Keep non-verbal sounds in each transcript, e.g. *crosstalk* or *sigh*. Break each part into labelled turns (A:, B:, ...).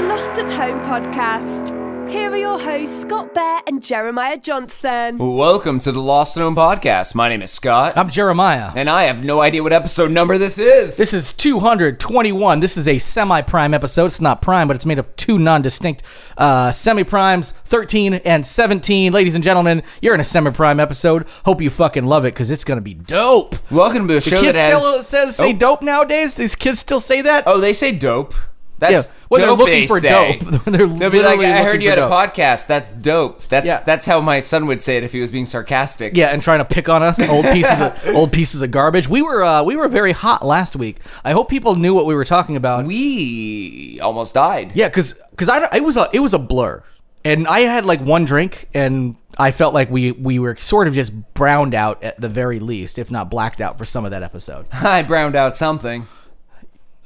A: Home podcast. Here are your hosts, Scott Bear and Jeremiah Johnson.
B: Welcome to the Lost and Home podcast. My name is Scott,
C: I'm Jeremiah.
B: and I have no idea what episode number this is.
C: This is 221. This is a semi prime episode. It's not prime, but it's made of two non distinct uh, semi primes 13 and 17. Ladies and gentlemen, you're in a semi prime episode. Hope you fucking love it because it's going to be dope.
B: Welcome to a
C: The
B: show that
C: kids
B: has.
C: still says, say
B: oh,
C: dope nowadays? These kids still say that?
B: oh, they say dope. That's
C: Yeah, when they're
B: dope
C: looking
B: they
C: for
B: say.
C: dope. *laughs* They're
B: They'll be like,
C: literally
B: "I
C: looking
B: heard you
C: for
B: had a
C: dope."
B: podcast. That's dope." That's
C: Yeah.
B: that's how my son would say it if he was being sarcastic.
C: Yeah, and trying to pick on us, old
B: *laughs*
C: pieces of old pieces of garbage. We were uh, we were very hot last week. I hope people knew what we were talking about.
B: we almost died.
C: Yeah, because because I don't- it was a it was a blur, and I had like one drink, and I felt like we we were sort of just browned out at the very least, if not blacked out for some of that episode.
B: *laughs* I browned out something.
C: *laughs*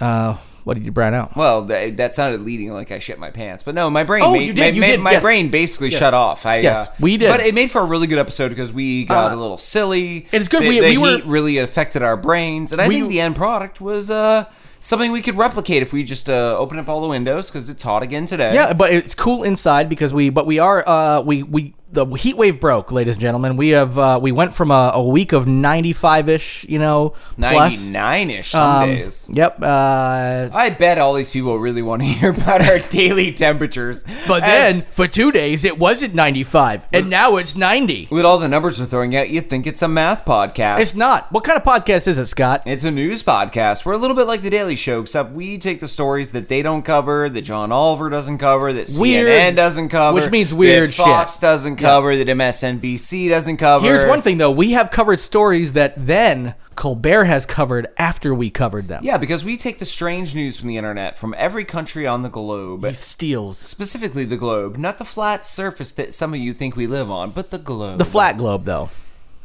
C: Uh, what did you brown out?
B: Well, th- that sounded leading like I shit my pants, but no, my brain.
C: Oh,
B: made,
C: you
B: My,
C: did, you
B: my-
C: did,
B: my
C: yes.
B: brain basically
C: Yes.
B: shut off. I,
C: Yes,
B: uh,
C: we did.
B: But it made for a really good episode because we got
C: Uh,
B: a little silly.
C: it's good
B: The,
C: we-
B: the
C: we were-
B: heat really affected our brains, and I
C: We-
B: think the end product was uh, something we could replicate if we just uh, open up all the windows because it's hot again today.
C: Yeah, but it's cool inside because we but we are uh we we the heat wave broke, ladies and gentlemen. We have uh we went from a, a week of ninety five ish, you know, plus.
B: ninety nine ish some
C: um,
B: days.
C: Yep. Uh,
B: I bet all these people really want to *laughs* hear about our daily temperatures.
C: but
B: As-
C: then for two days it wasn't ninety five, and now it's ninety.
B: with all the numbers we're throwing out, you'd think it's a math podcast.
C: It's not. What kind of podcast is it, Scott?
B: It's a news podcast. We're a little bit like The Daily Show, except we take the stories that they don't cover, that John Oliver doesn't cover, that
C: Weird,
B: CNN doesn't cover,
C: which means
B: that
C: weird
B: Fox
C: shit.
B: doesn't cover, that MSNBC doesn't cover.
C: Here's one thing though: we have covered stories that then Colbert has covered after we covered them.
B: Yeah, because we take the strange news from the internet from every country on the globe.
C: he steals
B: Specifically, the globe, not the flat surface that some of you think we live on, but the globe.
C: the flat globe though.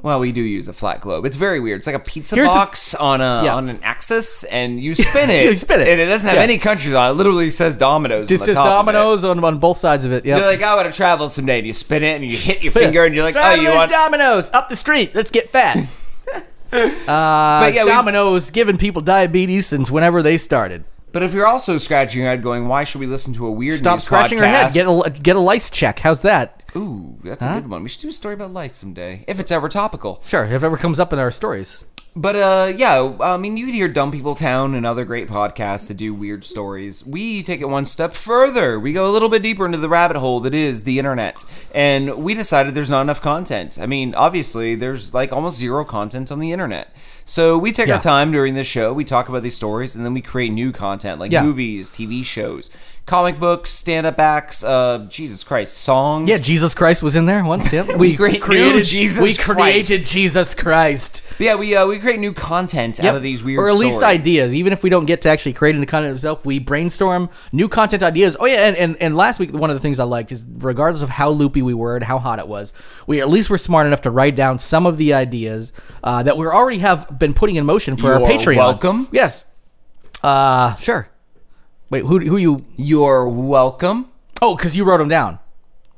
B: Well, we do use a flat globe. It's very weird. It's like a pizza
C: Here's the-
B: box on a
C: Yeah.
B: on an axis, and
C: *laughs*
B: you spin it.
C: You spin it.
B: and it doesn't have
C: Yeah.
B: any countries on it. It literally says dominoes.
C: Just
B: on the
C: just
B: top of it.
C: dominoes on, on both sides of it. Yeah.
B: You're like, I want to travel someday. And you spin it and you hit your finger and you're like, oh,
C: Traveling
B: you want.
C: dominoes up the street. Let's get fat.
B: *laughs*
C: uh,
B: But yeah, we-
C: dominoes giving people diabetes since whenever they started.
B: But if you're also scratching your head, going, why should we listen to a weird?
C: Stop
B: news
C: scratching
B: podcast?
C: your head. Get a get a lice check. How's that?
B: Ooh, that's a good one. We should do a story about life someday if it's ever topical.
C: Sure, if it ever comes up in our stories.
B: But uh, yeah, I mean, you could hear Dumb People Town and other great podcasts that do weird stories. We take it one step further. We go a little bit deeper into the rabbit hole that is the internet, and we decided there's not enough content. I mean, obviously, there's like almost zero content on the internet. So we take
C: Yeah.
B: our time during this show. We talk about these stories, and then we create new content like
C: Yeah.
B: movies, TV shows, comic books, stand-up acts. Uh, Jesus Christ, songs.
C: Yeah, Jesus Christ was in there
B: *laughs*
C: once. Yep.
B: We create- created Jesus
C: We created
B: Christ.
C: Jesus Christ.
B: But yeah. We uh, we create new content out
C: Yep.
B: of these weird
C: or at least
B: stories.
C: ideas. Even if we don't get to actually creating the content itself, we brainstorm new content ideas. Oh yeah, and, and and last week one of the things I liked is regardless of how loopy we were and how hot it was, we at least were smart enough to write down some of the ideas uh, that we already have been putting in motion for
B: You
C: our
B: are
C: Patreon.
B: welcome.
C: Yes. Uh, sure. Wait, who who you?
B: You're welcome.
C: Oh, because you wrote them down.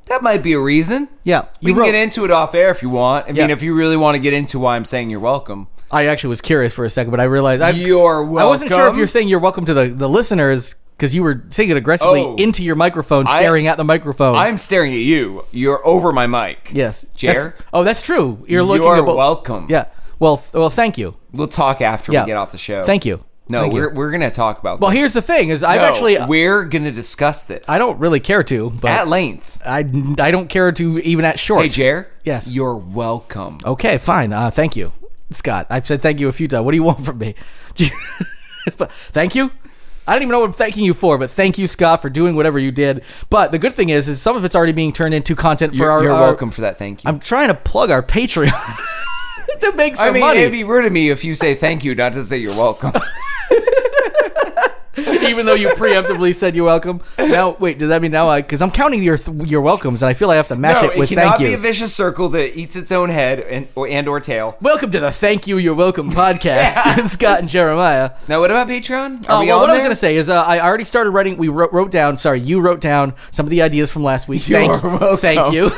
B: That might be a reason.
C: Yeah,
B: We
C: you
B: can
C: wrote-
B: get into it off air if you want. I mean,
C: Yeah.
B: if you really want to get into why I'm saying you're welcome.
C: I actually was curious for a second, but I realized I,
B: You're
C: I wasn't sure if
B: welcome.
C: you were saying you're welcome to the, the listeners because you were saying it aggressively
B: Oh.
C: into your microphone, staring at the microphone.
B: I'm staring at you. You're over my mic.
C: yes,
B: Jer,
C: That's- Oh, that's true. You're looking.
B: You're
C: abo-
B: welcome.
C: Yeah. Well, th- well, thank you.
B: We'll talk after
C: Yeah.
B: we get off the show.
C: Thank you.
B: No,
C: Thank you.
B: we're, we're going to talk about
C: Well,
B: this.
C: here's the thing: is I've
B: No,
C: actually uh,
B: We're going to discuss this.
C: I don't really care to, but
B: At length.
C: I I don't care to even at short.
B: Hey, Jer.
C: Yes.
B: You're welcome.
C: Okay, fine. Uh, thank you, Scott. I've said thank you a few times. What do you want from me? *laughs* But thank you. I don't even know what I'm thanking you for, but thank you, Scott, for doing whatever you did. But the good thing is, is some of it's already being turned into content for
B: You're,
C: our.
B: you're
C: our-
B: welcome for that. Thank you.
C: I'm trying to plug our Patreon *laughs* to make some
B: I mean,
C: money,
B: it'd be rude of me if you say thank you, not to say you're
C: *laughs*
B: welcome.
C: even though you preemptively said you're welcome. Now, wait, does that mean now I? Because I'm counting your th- your welcomes, and I feel I have to match
B: no,
C: it with
B: it
C: thank
B: cannot
C: you.
B: be a vicious circle that eats its own head and or, and or tail.
C: welcome to the Thank You, You're *laughs* Welcome podcast with Scott and Jeremiah.
B: Now, what about Patreon? Are
C: Oh,
B: we
C: well,
B: on
C: what I was
B: there?
C: going to say is uh, I already started writing. We wrote, wrote down, sorry, you *laughs* wrote down some of the ideas from last week.
B: You're
C: thank,
B: welcome.
C: thank you.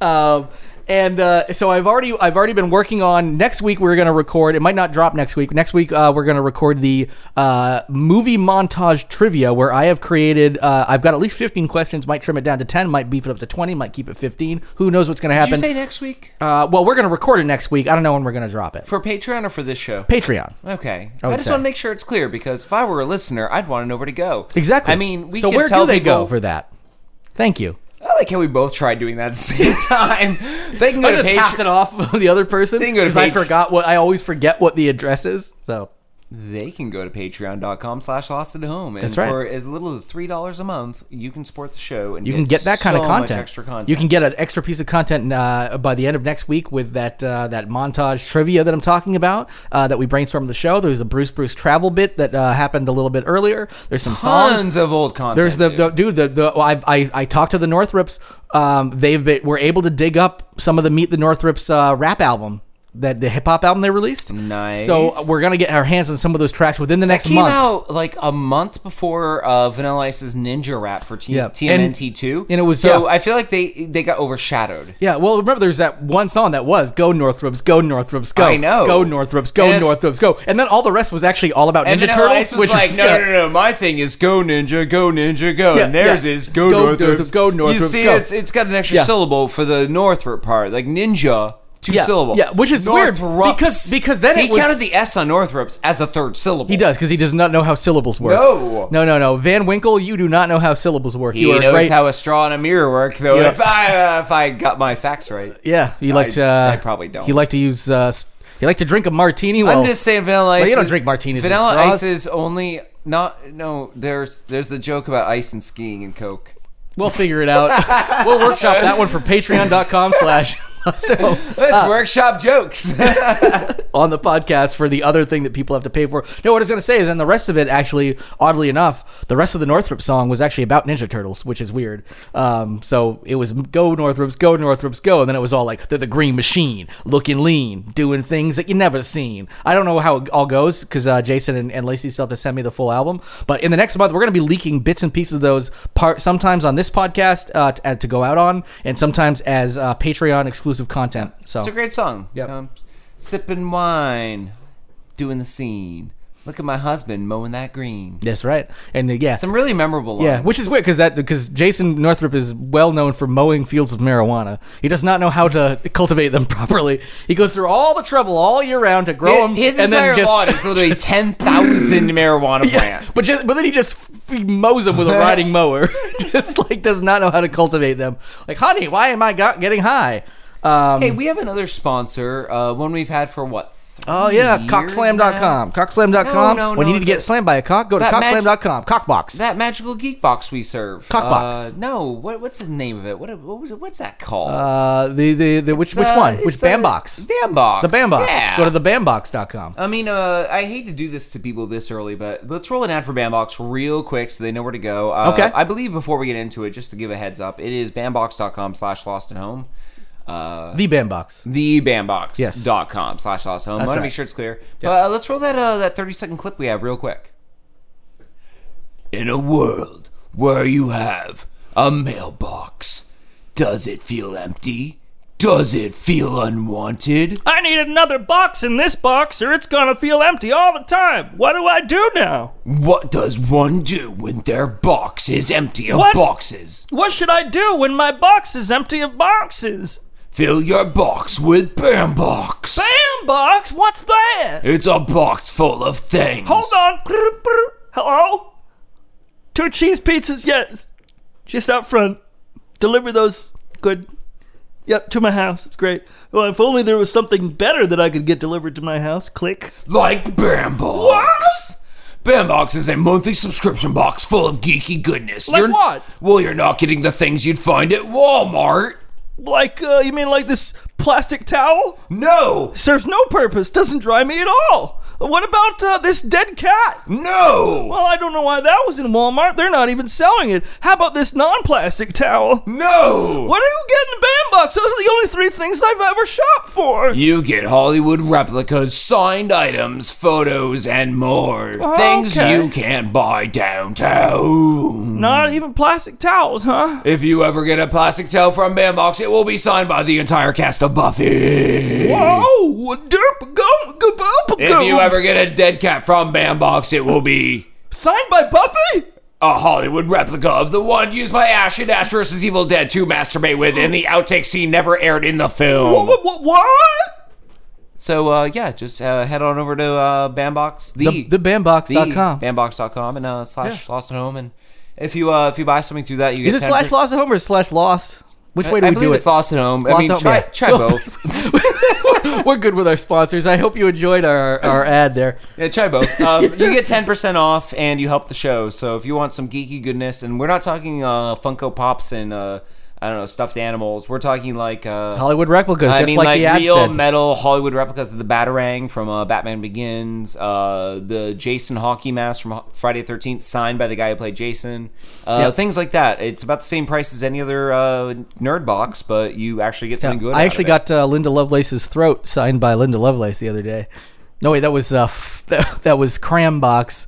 C: um, and uh, so I've already I've already been working on. Next week we're gonna record. It might not drop next week. Next week uh, we're gonna record the uh, movie montage trivia where I have created. Uh, I've got at least fifteen questions. Might trim it down to ten. Might beef it up to twenty. Might keep it fifteen. Who knows what's gonna
B: Did you
C: happen?
B: say next week
C: uh, well, we're gonna record it next week. I don't know when we're gonna drop it.
B: for Patreon or for this show?
C: Patreon.
B: Okay,
C: I
B: I,
C: would
B: just
C: say.
B: want to make sure it's clear because if I were a listener, I'd want to know where to go.
C: Exactly.
B: I mean, we
C: so
B: can
C: where
B: tell
C: do they
B: people,
C: go for that? Thank you.
B: I like how we both tried doing that at the
C: *laughs*
B: same time. they can go
C: I'm
B: to
C: gonna pass it
B: Patreon.
C: off *laughs* on the other person
B: Then go to
C: because I
B: Patreon.
C: forgot what I always forget what the address is. So
B: They can go to patreon.com slash lost at home. And
C: That's right.
B: for as little as three dollars a month, you can support the show and
C: you can get that kind
B: so
C: of
B: much
C: content.
B: extra content.
C: You can get an extra piece of content uh, by the end of next week with that uh, that montage trivia that I'm talking about uh, that we brainstormed the show. There's the Bruce Bruce travel bit that uh, happened a little bit earlier. There's some songs.
B: tons of old content.
C: There's the,
B: dude.
C: the dude. The, the well, I, I I talked to the Northrips. Um, they've been, were able to dig up some of the Meet the Northrips uh, rap album that the hip hop album they released.
B: Nice.
C: So uh, we're gonna get our hands on some of those tracks within the next
B: came
C: month.
B: out like a month before uh, Vanilla Ice's Ninja Rap for T-
C: Yeah.
B: TMNT two,
C: And- and it was-
B: so.
C: yeah.
B: I feel like they they got overshadowed.
C: Yeah, well, remember there's that one song that was "Go Northrips, Go Northrips, Go."
B: I know.
C: Go Northrips, Go
B: And it's-
C: Northrips, Go. And then all the rest was actually all about
B: And
C: Ninja
B: Vanilla
C: Turtles,
B: Ice was
C: which
B: like,
C: is
B: no, no, no, no, my thing is go ninja, go ninja, go,
C: Yeah,
B: and theirs
C: yeah.
B: is go,
C: Go
B: Northrips,
C: Northrips, go
B: You
C: Northrips,
B: see,
C: go.
B: it's it's got an extra
C: Yeah.
B: syllable for the Northrop part, like ninja. Two
C: Yeah,
B: syllable.
C: yeah, which is weird,
B: Northrups.
C: because- because then
B: he
C: it was-
B: counted the S on Northrips as the third syllable.
C: He does because he does not know how syllables work.
B: No.
C: no, no, no. Van Winkle, you do not know how syllables work.
B: He
C: you are
B: knows
C: right.
B: how a straw and a mirror work, though.
C: Yeah.
B: If I uh, if I got my facts right,
C: yeah, you like to.
B: I-
C: Uh,
B: I probably don't.
C: You like to use. Uh, s- you like to drink a martini. *laughs* Well,
B: I'm just saying vanilla ice.
C: you don't
B: is-
C: drink martinis with
B: Vanilla
C: straws.
B: ice is only not. No, there's there's a joke about ice and skiing and Coke.
C: we'll figure
B: *laughs*
C: it out. we'll workshop that one for Patreon.com/slash. Uh,
B: Let's workshop jokes.
C: on the podcast for the other thing that people have to pay for. No, what I was going to say is, and the rest of it actually, oddly enough, the rest of the Northrop song was actually about Ninja Turtles, which is weird. Um, so it was go Northrops, go Northrops, go, and then it was all like they're the Green Machine, looking lean, doing things that you never seen. I don't know how it all goes because uh, Jason and, and Lacey still have to send me the full album. But in the next month, we're going to be leaking bits and pieces of those part sometimes on this podcast uh, to, to go out on, and sometimes as uh, Patreon exclusive content. So
B: It's a great song. Um,
C: Yep.
B: sipping wine, doing the scene. Look at my husband mowing that green.
C: that's right, and uh, yeah.
B: Some really memorable lines.
C: Yeah, which is weird because that because Jason Northrup is well known for mowing fields of marijuana. He does not know how to cultivate them *laughs* properly. He goes through all the trouble all year round to grow them.
B: his
C: and
B: entire
C: then just,
B: lawn is
C: *laughs*
B: literally ten thousand marijuana plants.
C: But just, but then he just f- he mows
B: *laughs*
C: them with a riding mower. *laughs* just like does not know how to cultivate them. Like, honey, why am I got, getting high? Um,
B: Hey, we have another sponsor. Uh, one we've had for what?
C: oh yeah,
B: years
C: cockslam.com.
B: now?
C: Cockslam.com.
B: No, no,
C: when you
B: no,
C: need to
B: no.
C: get slammed by a cock, go to
B: That mag-
C: cockslam.com. Cockbox.
B: that magical geek box we serve. Uh,
C: Cockbox.
B: no, what, what's the name of it? What, what was it? What's that called?
C: uh, the, the, the which which
B: Uh,
C: one?
B: it's
C: Which
B: the-
C: bandbox?
B: Bandbox.
C: The bandbox.
B: Yeah.
C: Go to the bandbox.com.
B: I mean, uh, I hate to do this to people this early, but let's roll an ad for Bandbox real quick so they know where to go. Uh,
C: Okay.
B: I believe before we get into it, just to give a heads up, it is bandbox.com slash lost at home. Uh,
C: The bandbox. Yes.
B: thebandbox.com slash lost at home. I want
C: right.
B: to make sure it's clear. But uh, let's roll that, uh, that 30 second clip we have real quick. In a world where you have a mailbox, does it feel empty? Does it feel unwanted?
D: I need another box in this box or it's gonna feel empty all the time. What do I do now?
B: What does one do when their box is empty of
D: What?
B: boxes?
D: What should I do when my box is empty of boxes?
B: Fill your box with Bambox.
D: Bam box, what's that?
B: It's a box full of things.
D: Hold on. Brr, brr. Hello? Two cheese pizzas, yes. Just out front. Deliver those good. Yep, to my house. It's great. Well, if only there was something better that I could get delivered to my house. Click.
B: Like Bambox. Bambox is a monthly subscription box full of geeky goodness.
D: Like what?
B: Well, you're not getting the things you'd find at Walmart.
D: Like, uh, you mean like this plastic towel?
B: No!
D: serves no purpose, doesn't dry me at all. What about uh, this dead cat?
B: No!
D: Well, I don't know why that was in Walmart. They're not even selling it. How about this non plastic towel?
B: No!
D: What are you getting in Bandbox? Those are the only three things I've ever shopped for.
B: You get Hollywood replicas, signed items, photos, and more. Things
D: Okay.
B: you can't buy downtown.
D: Not even plastic towels, huh?
B: If you ever get a plastic towel from Bambox, it will be signed by the entire cast of Buffy.
D: Oh, derp gum gaboop
B: If you ever get a dead cat from Bambox, it will be
D: signed by Buffy?
B: a Hollywood replica of the one used by Ash and Ash vs. Evil Dead to masturbate with in the outtake scene never aired in the film.
D: What? What? what?
B: So, uh, yeah, just uh, head on over to uh, Bambox,
C: The, the bandbox.com.
B: Bambox.com and uh, slash Lost and Home. And if you uh, if you buy something through that, you
C: Is
B: get
C: it slash lost at home or slash lost? Which way do
B: I
C: we
B: believe
C: do it?
B: it's Lost and Home. I
C: Lost
B: mean,
C: at Home,
B: try,
C: yeah.
B: try
C: *laughs* Well-
B: both.
C: *laughs* We're good with our sponsors. I hope you enjoyed our, our ad there.
B: Yeah, try
C: *laughs*
B: both. Um, you get ten percent off, and you help the show. So if you want some geeky goodness, and we're not talking uh, Funko Pops and uh, I don't know stuffed animals, we're talking like uh,
C: Hollywood replicas,
B: I
C: just
B: mean,
C: like,
B: like,
C: the ad
B: real
C: said.
B: metal Hollywood replicas of the Batarang from uh, Batman Begins, uh, the Jason hockey mask from Ho- Friday Thirteenth, signed by the guy who played Jason, uh,
C: Yep.
B: things like that. It's about the same price as any other uh, nerd box, but you actually get something good.
C: I
B: out
C: actually
B: of it.
C: got uh, Linda Lovelace's throat signed by Linda Lovelace the other day. No wait, that was uh, f- that, that was Crambox,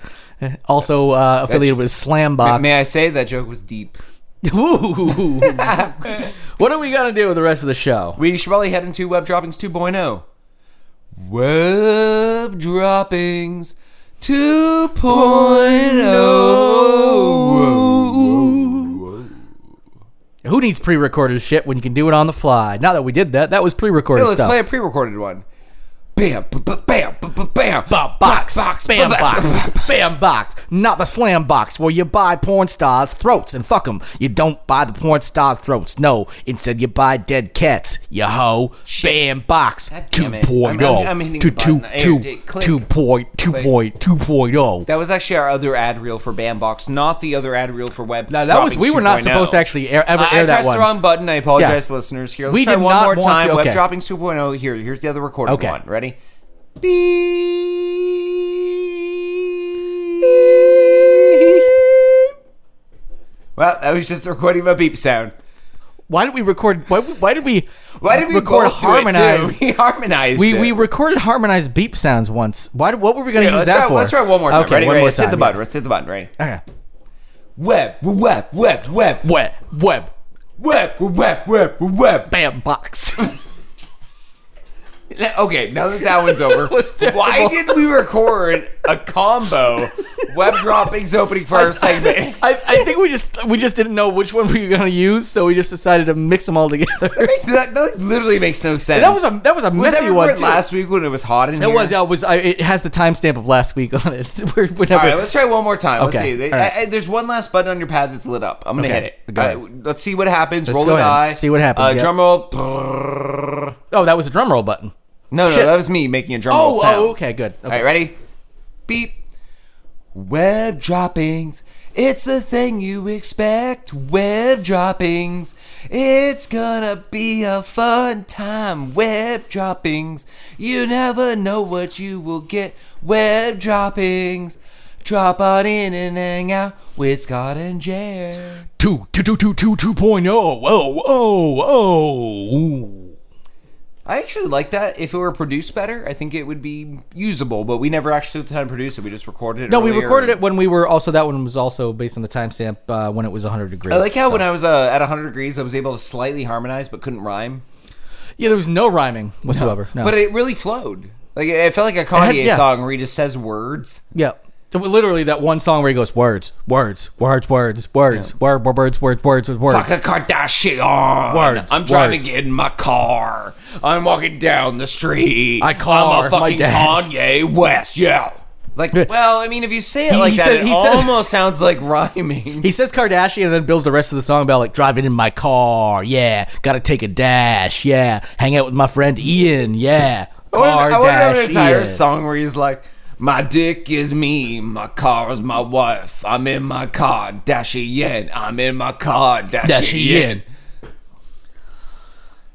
C: also uh, affiliated with Slambox.
B: May I say that joke was deep.
C: *laughs* Ooh. *laughs* what are we gonna do with the rest of the show?
B: We should probably head into Web Droppings 2.0. Web Droppings 2.0. oh.
C: Who needs pre-recorded shit when you can do it on the fly? Now that we did that, that was
B: Hey,
C: pre-recorded
B: let's
C: stuff.
B: play a pre recorded one. Bam, ba- ba- bam, ba- ba- bam,
C: Bam box,
B: box,
C: bam
B: ba- ba-
C: box, bam box. Not the slam box where you buy porn stars' throats and fuck them. You don't buy the porn stars' throats. No, instead you buy dead cats. You hoe. Bam box.
B: God damn it.
C: 2.0.
B: I'm- I'm hitting
C: Two-
B: the button.
C: two-
B: Here,
C: two-
B: d- click.
C: 2.0. 2.0.
B: That was actually our other ad reel for Bambox, not the other ad reel for Web.
C: Now, that was we were not
B: 2.0.
C: supposed to actually air, ever
B: oh. I,
C: air
B: I
C: that
B: pressed
C: one.
B: the wrong button. I apologize, listeners. Here, let's
C: We
B: try
C: did
B: one
C: not
B: more
C: want
B: time.
C: to- okay.
B: Web dropping 2.0. Here, here's the other recorded
C: Okay.
B: one. Ready? Beep. Well, that was just the recording of a beep sound.
C: Why did we record? Why, why did we?
B: Why did we
C: record
B: both do it, too? *laughs*
C: harmonized?
B: We harmonized.
C: We,
B: it.
C: we recorded harmonized beep sounds once. Why? What were we going to
B: Okay,
C: use
B: let's
C: that
B: try,
C: for?
B: Let's try one more time.
C: Okay,
B: ready?
C: one
B: ready?
C: more
B: let's hit the
C: time,
B: button. Let's hit the button. Ready?
C: yeah. Okay.
B: Web, web, web, web, web,
C: Web, web,
B: web, web, web, web.
C: bam *laughs* box.
B: *laughs* Okay, now that *laughs* that one's over, why did we record a combo web droppings opening *laughs* for our segment?
C: *laughs* I, I think we just we just didn't know which one we were gonna use, so we just decided to mix them all together. *laughs*
B: So that, that literally makes no sense.
C: That was a- that was a
B: that
C: messy
B: we
C: one,
B: recorded
C: too.
B: last week when it was hot in
C: That
B: here.
C: was that was I, it has the timestamp of last week on it. *laughs* We're, we're never,
B: All right, let's try one more time. Let's
C: Okay,
B: see. They-
C: all right.
B: I- I- there's one last button on your pad that's lit up. I'm gonna
C: Okay,
B: hit it.
C: go
B: All
C: ahead.
B: right, let's see what happens. Roll
C: go
B: a
C: ahead.
B: die.
C: See what happens,
B: Uh,
C: yeah.
B: Drum roll.
C: oh, that was a drum roll button.
B: No, no,
C: Shit.
B: that was me making a drum roll
C: Oh,
B: sound.
C: oh, okay, good. Okay.
B: All right, ready? Beep. Web droppings. It's the thing you expect. Web droppings. It's gonna be a fun time. Web droppings. You never know what you will get. Web droppings. Drop on in and hang out with Scott and Jer.
C: Two two two two two two point oh oh oh oh. Ooh.
B: I actually like that. If it were produced better, I think it would be usable. But we never actually took the time to produce it. We just recorded it.
C: No, we
B: earlier.
C: recorded it when we were also that one was also based on the timestamp uh, when it was 100 degrees.
B: I like how
C: so-
B: when I was uh, at 100 degrees, I was able to slightly harmonize but couldn't rhyme.
C: yeah there was no rhyming whatsoever. No,
B: But it really flowed. Like it felt like a
C: had-
B: Kanye
C: yeah.
B: song where he just says words.
C: Yeah. It was Literally that one song where he goes words, words, words, words, words, word, word, words, words, words, words, words.
B: Fuck a Kardashian.
C: Words,
B: I'm trying
C: words.
B: to get in my car. I'm walking down the street.
C: I car,
B: I'm a
C: my
B: fucking
C: dad.
B: Kanye West. Yeah. Like,
C: Yeah.
B: well, I mean, if you say it
C: He-
B: like
C: he
B: that,
C: said-
B: it
C: he said-
B: almost sounds like rhyming.
C: He says Kardashian and then builds the rest of the song about like driving in my car, yeah, gotta take a dash, yeah, hang out with my friend Ian, yeah.
B: I wanna- I want to have an entire
C: Kardashian.
B: song where he's like, "My dick is me, my car is my wife. I'm in my car, dashy yen. I'm in my car, dashy yen. *laughs*
C: Kardashian.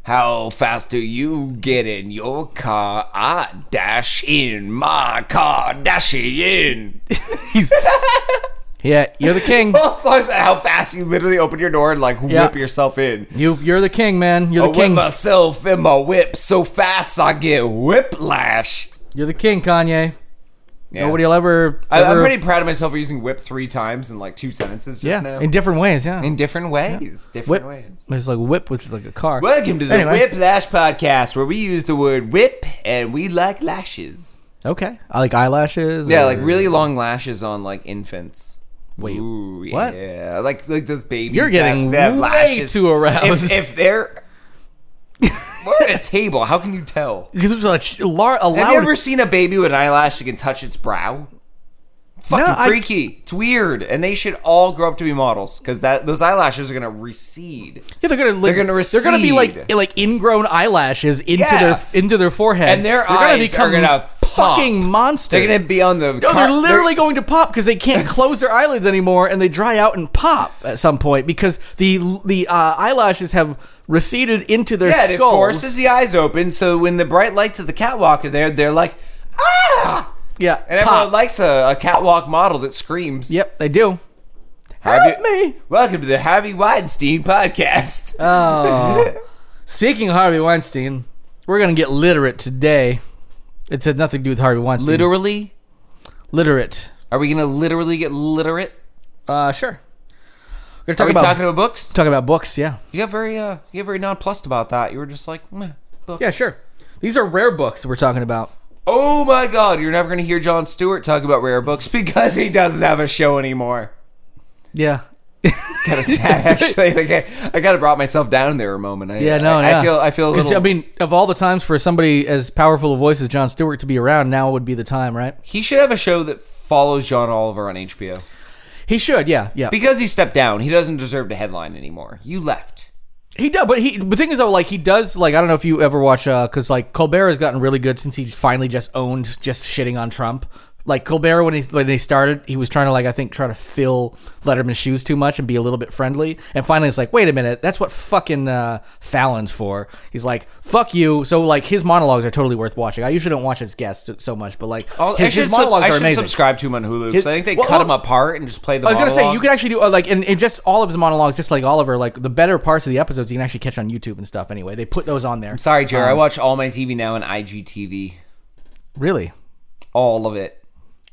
B: How fast do you get in your car? I dash in my car, dashy
C: *laughs*
B: yen."
C: He's Yeah, you're the king.
B: *laughs* Also, I said how fast you literally open your door and like
C: Yeah.
B: whip yourself in.
C: You you're the king, man. You're
B: I
C: the
B: whip
C: king.
B: myself in my whip so fast I get whiplash.
C: You're the king, Kanye.
B: Yeah.
C: Nobody will ever.
B: I, I'm
C: ever-
B: pretty *laughs* proud of myself for using whip three times in like two sentences just
C: yeah,
B: now.
C: in different ways. Yeah,
B: in different ways.
C: whip.
B: Different ways.
C: It's like whip with like a car.
B: Welcome to the
C: Anyway.
B: Whiplash Podcast, where we use the word whip and we like lashes.
C: Okay, I like eyelashes.
B: Yeah,
C: or-
B: like really long lashes on like infants.
C: Mm. Wait,
B: Ooh,
C: what?
B: Yeah, like like those babies.
C: You're
B: that-
C: getting
B: that have
C: way
B: lashes.
C: too aroused.
B: If, if they're we're at a table, how can you tell?
C: Because it was a, ch- lar- a
B: Have
C: loud.
B: you ever seen a baby with an eyelash that can touch its brow? Fucking
C: I-
B: freaky. It's weird, and they should all grow up to be models because that those eyelashes are gonna recede.
C: yeah, they're gonna. Like,
B: gonna
C: They're gonna be like
B: recede.
C: like ingrown eyelashes into
B: Yeah.
C: their into their forehead,
B: And their
C: they're gonna
B: eyes
C: become
B: are gonna pop.
C: fucking monsters.
B: They're gonna be on the.
C: No, they're literally going to pop because
B: *laughs*
C: they can't close their eyelids anymore, and they dry out and pop at some point because the the uh, eyelashes have receded into their
B: Yeah, and it
C: skulls.
B: forces the eyes open, so when the bright lights of the catwalk are there, they're like, ah!
C: yeah,
B: And
C: pop.
B: everyone likes a, a catwalk model that screams.
C: Yep, they do.
B: Harvey-
C: Help me.
B: Welcome to the Harvey Weinstein podcast.
C: *laughs* Oh. Speaking of Harvey Weinstein, we're gonna get literate today. It had nothing to do with Harvey Weinstein.
B: literally,
C: literate.
B: are we gonna literally get literate?
C: Uh, sure. We're gonna
B: Are
C: talk
B: we
C: about
B: talking about books?
C: talk about books. Yeah.
B: You got very, uh, you got very nonplussed about that. You were just like, Meh, book.
C: Yeah, sure. These are rare books we're talking about.
B: Oh my God, you're never gonna hear John Stewart talk about rare books *laughs* because he doesn't have a show anymore.
C: Yeah.
B: kind of
C: *laughs*
B: sad actually. Like I, I kind of brought myself down there a moment. I,
C: Yeah, no,
B: I,
C: yeah.
B: I feel I feel a
C: 'Cause,
B: little.
C: I mean, of all the times for somebody as powerful a voice as John Stewart to be around, now would be the time, right?
B: he should have a show that follows John Oliver on HBO
C: He should, yeah, yeah.
B: because he stepped down. He doesn't deserve to headline anymore. You left.
C: He does, but he the thing is though, like he does, like I don't know if you ever watch, uh, because like Colbert has gotten really good since he finally just owned just shitting on Trump. Like Colbert when he when they started, he was trying to like I think try to fill Letterman's shoes too much and be a little bit friendly, and finally it's like wait a minute, that's what fucking uh, Fallon's for. He's like fuck you. So like his monologues are totally worth watching. I usually don't watch his guests so much, but like
B: I'll- Oh, I
C: his,
B: should,
C: his
B: sub-
C: monologues
B: I
C: are
B: should
C: amazing.
B: subscribe to him on Hulu. 'cause
C: His-
B: I think they
C: well,
B: cut
C: well-
B: him apart and just play the.
C: I was gonna say you
B: monologues.
C: could actually do uh, like and, and just all of his monologues, just like Oliver, like the better parts of the episodes you can actually catch on YouTube and stuff. Anyway, they put those on there.
B: Sorry, Jerry. I watch all my TV now on IGTV.
C: Really?
B: All of it.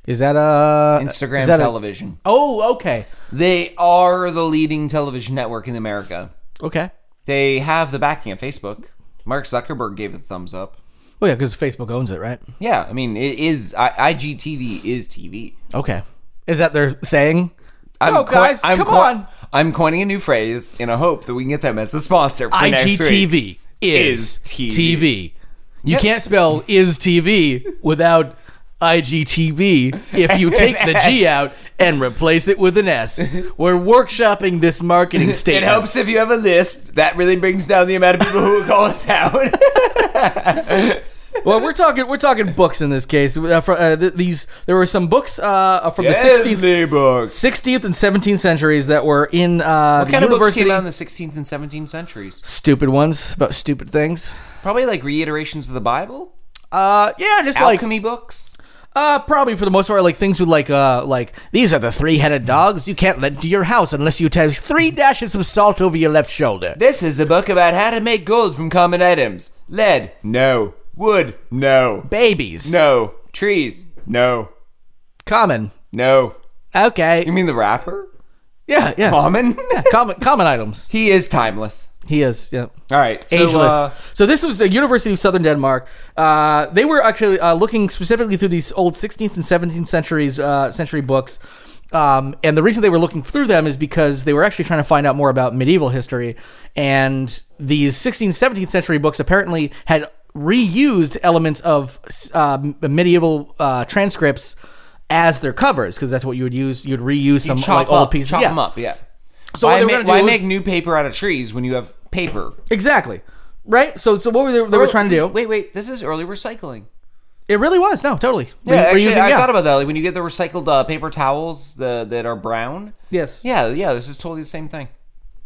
C: Is that uh
B: Instagram
C: is that a-
B: television.
C: oh, okay,
B: they are the leading television network in America.
C: okay.
B: They have the backing of Facebook. Mark Zuckerberg gave it a thumbs up.
C: Well, Oh, yeah, because Facebook owns it, right?
B: Yeah, I mean, it is I, IGTV is TV.
C: Okay. Is that their saying?
B: I'm
C: no,
B: coi-
C: guys,
B: I'm
C: come
B: coi-
C: on.
B: I'm coining a new phrase in a hope that we can get them as a sponsor. For next week.
C: IGTV is
B: Is TV.
C: TV. You can't spell is TV without IGTV
B: *laughs*
C: if you take the G out and replace it with an S. We're workshopping this
B: *laughs*
C: marketing
B: It
C: statement.
B: helps if you have a lisp. That really brings down the amount of people who call us *laughs* out.
C: Well, we're talking we're talking books in this case. Uh, for, uh, th- these there were some books uh, from the 16th,
B: Disney books.
C: 16th and 17th centuries that were in uh,
B: What
C: the
B: kind of books
C: university.
B: came out in the 16th and 17th centuries?
C: stupid ones about stupid things.
B: Probably like reiterations of the Bible,
C: Uh, yeah, just like
B: alchemy books.
C: uh, probably for the most part, like things with like uh, like these are the three-headed dogs you can't let into your house unless you have three dashes of salt over your left shoulder.
B: This is a book about how to make gold from common items. Lead, no. Wood, no.
C: Babies,
B: No. Trees, no.
C: common.
B: No. You
C: Okay,
B: mean the rapper?
C: yeah, yeah,
B: Common?
C: common, common
B: *laughs*
C: items.
B: he is timeless.
C: He is, yeah.
B: All right. So,
C: ageless.
B: uh,
C: so this was the University of Southern Denmark. Uh, they were actually uh, looking specifically through these old 16th and 17th centuries uh, century books. Um, and the reason they were looking through them is because they were actually trying to find out more about medieval history. And these 16th, 17th century books apparently had reused elements of uh, medieval uh, transcripts as their covers because that's what you would use. You'd reuse some
B: chop
C: like old
B: up,
C: pieces.
B: Chop
C: yeah.
B: them up, yeah. So
C: So what
B: why,
C: they were
B: ma-
C: gonna do
B: why
C: was-
B: make new paper out of trees when you have paper?
C: Exactly. Right. So, so what were they, they were trying to do?
B: Wait, wait. This is early recycling.
C: It really was. No, totally.
B: Yeah,
C: Re-
B: actually,
C: reusing-
B: I
C: yeah.
B: thought about that. Like when you get the recycled uh, paper towels the, that are brown.
C: Yes.
B: Yeah, yeah. This is totally the same thing.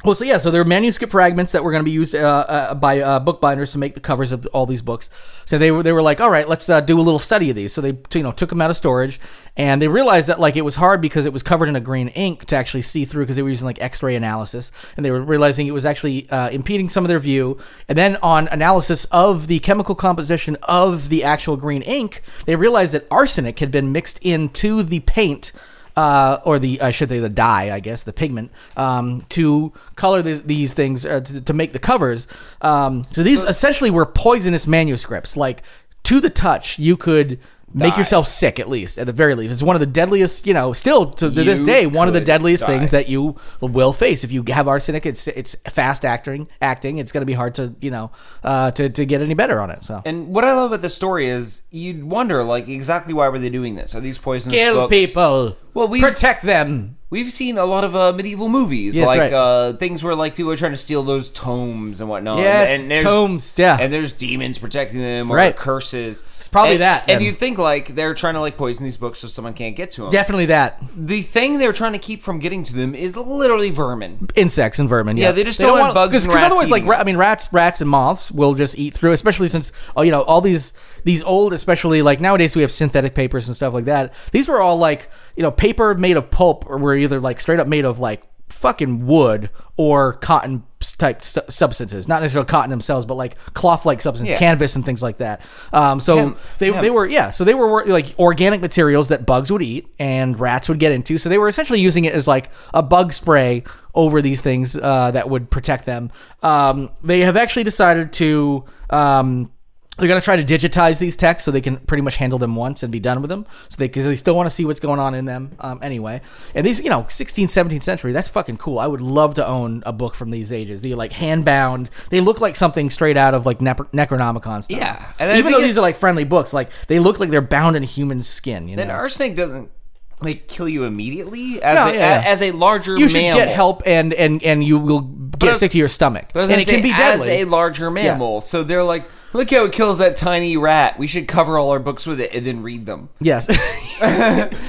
C: Well, so yeah, so there are manuscript fragments that were going to be used uh, uh, by uh, bookbinders to make the covers of all these books. So they were they were like, all right, let's uh, do a little study of these. So they you know took them out of storage, and they realized that like it was hard because it was covered in a green ink to actually see through because they were using like X-ray analysis, and they were realizing it was actually uh, impeding some of their view. And then on analysis of the chemical composition of the actual green ink, they realized that arsenic had been mixed into the paint uh, or the I should say the dye, I guess the pigment um, to color these, these things uh, to, to make the covers. Um, so these essentially were poisonous manuscripts. Like to the touch, you could make yourself sick at least at the very least. It's one of the deadliest, you know, still to, to this
B: You
C: day, one of the
B: could
C: deadliest
B: die.
C: things that you will face if you have arsenic. It's it's fast acting, acting. It's going to be hard to you know uh, to to get any better on it. So
B: And what I love about the story is you'd wonder like exactly why were they doing this? Are these poisonous
C: kill
B: books?
C: people.
B: Well, we-
C: protect them.
B: We've seen a lot of uh, medieval movies,
C: Yes,
B: like
C: right.
B: uh, things where like people are trying to steal those tomes and whatnot.
C: Yes,
B: and, there's-
C: tomes, yeah.
B: And there's demons protecting them or
C: Right.
B: curses. It's
C: probably
B: and,
C: that, then.
B: And you'd think like they're trying to like poison these books so someone can't get to them.
C: Definitely that.
B: The thing they're trying to keep from getting to them is literally vermin.
C: insects and vermin. Yeah,
B: Yeah, they just don't want bugs and rats
C: otherwise, like
B: eating
C: ra-
B: it.
C: I mean, rats, rats and moths will just eat through. Especially since oh, you know, all these these old, especially like nowadays we have synthetic papers and stuff like that. These were all like you know, paper made of pulp, or were either like straight up made of like fucking wood or cotton type st- substances not necessarily cotton themselves but like cloth like substance
B: Yeah.
C: canvas and things like that um so
B: Hemp.
C: they,
B: Hemp.
C: they were yeah so they were wor- like organic materials that bugs would eat and rats would get into so they were essentially using it as like a bug spray over these things uh, that would protect them um, they have actually decided to um, they're going to try to digitize these texts so they can pretty much handle them once and be done with them so they because they still want to see what's going on in them um, anyway and these you know 16th 17th century that's fucking cool i would love to own a book from these ages they're like handbound they look like something straight out of like Nep- necronomicon stuff
B: Yeah, and I
C: even
B: think
C: though
B: it's-
C: these are like friendly books, like they look like they're bound in human skin. You know,
B: And arsenic doesn't like kill you immediately as
C: No,
B: a,
C: yeah.
B: a- as a larger
C: you should
B: mammal.
C: get help, and and and you will
B: I
C: get
B: was-
C: sick to your stomach,
B: But I was
C: and
B: gonna
C: it can
B: say,
C: be
B: As
C: deadly.
B: a larger mammal, so they're like, look how it kills that tiny rat. We should cover all our books with it and then read them
C: yes,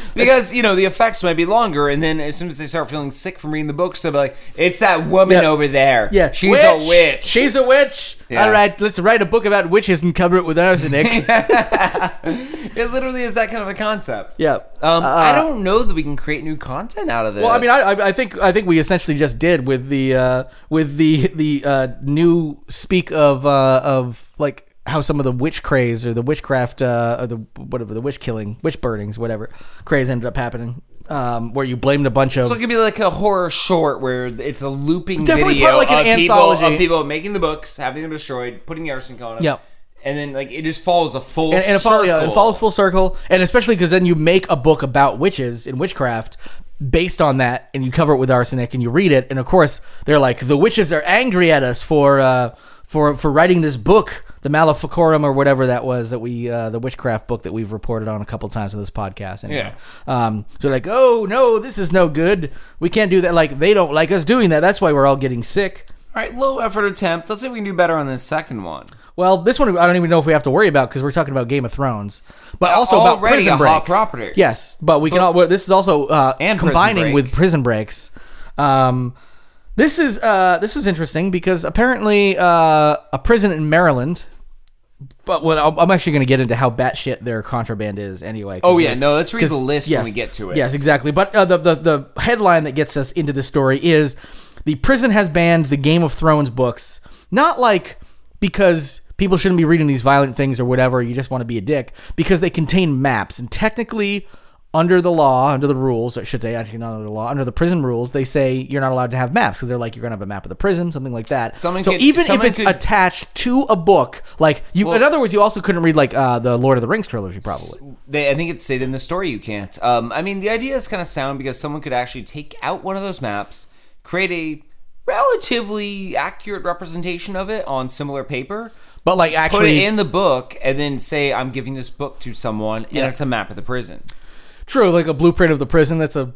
C: *laughs*
B: because you know the effects might be longer. And then as soon as they start feeling sick from reading the books, they'll be like, it's that woman
C: Yeah.
B: over there.
C: yeah.
B: she's a witch.
C: She's a witch.
B: Yeah.
C: All right, let's write a book about witches and cover it
B: *laughs*
C: with arsenic.
B: it literally is that kind of a concept.
C: yeah.
B: Um,
C: Uh,
B: I don't know that we can create new content out of this.
C: Well, I mean, I, I- I think I think we essentially just did with the uh, with the the uh, new speak of uh, of like how some of the witch craze or the witchcraft uh, or the whatever the witch killing, witch burnings, whatever craze ended up happening, um, where you blamed a bunch of
B: so it could be like a horror short where it's a looping
C: Definitely
B: video
C: part like an
B: of, people,
C: anthology.
B: of people making the books, having them destroyed, putting the arsenic on them.
C: Yep.
B: And then like it just follows a full
C: and, and it, follow, yeah, it
B: circle.
C: follows full circle, and especially because then you make a book about witches and witchcraft based on that, and you cover it with arsenic, and you read it, and of course they're like the witches are angry at us for uh, for for writing this book, the Maleficorum or whatever that was that we uh, the witchcraft book that we've reported on a couple times in this podcast. Anyway. Um, so like, oh no, this is no good. We can't do that. Like they don't like us doing that. That's why we're all getting sick.
B: All right, low effort attempt. Let's see if we can do better on this second one.
C: Well, this one I don't even know if we have to worry about because we're talking about Game of Thrones, but also about
B: Already
C: Prison
B: a
C: Break.
B: hot property.
C: Yes, but we can. All, well, this is also uh,
B: Oh. And Prison
C: combining
B: Break.
C: with Prison Breaks. Um, this is uh, this is interesting because apparently uh, a prison in Maryland. But what I'm I'm actually going to get into how batshit their contraband is anyway. 'cause
B: Oh, yeah,
C: there's-
B: no, let's read
C: 'cause-
B: the list when we get to it.
C: Yes, exactly. But uh, the, the the headline that gets us into this story is the prison has banned the Game of Thrones books. Not like because people shouldn't be reading these violent things or whatever. You just want to be a dick because they contain maps and technically. Under the law, under the rules, I should say, actually not under the law, under the prison rules, they say you're not allowed to have maps because they're like you're gonna have a map of the prison, something like that.
B: Someone
C: so
B: could-
C: even if
B: someone
C: it's
B: could-
C: attached to a book, like you, in other words, you also couldn't read like uh, the Lord of the Rings trilogy, probably.
B: They, I think it's stated in the story you can't. Um, I mean, the idea is kind of sound because someone could actually take out one of those maps, create a relatively accurate representation of it on similar paper,
C: But like actually,
B: put it in the book, and then say, I'm giving this book to someone, and
C: Yeah.
B: it's a map of the prison.
C: True, like a blueprint of the prison. That's a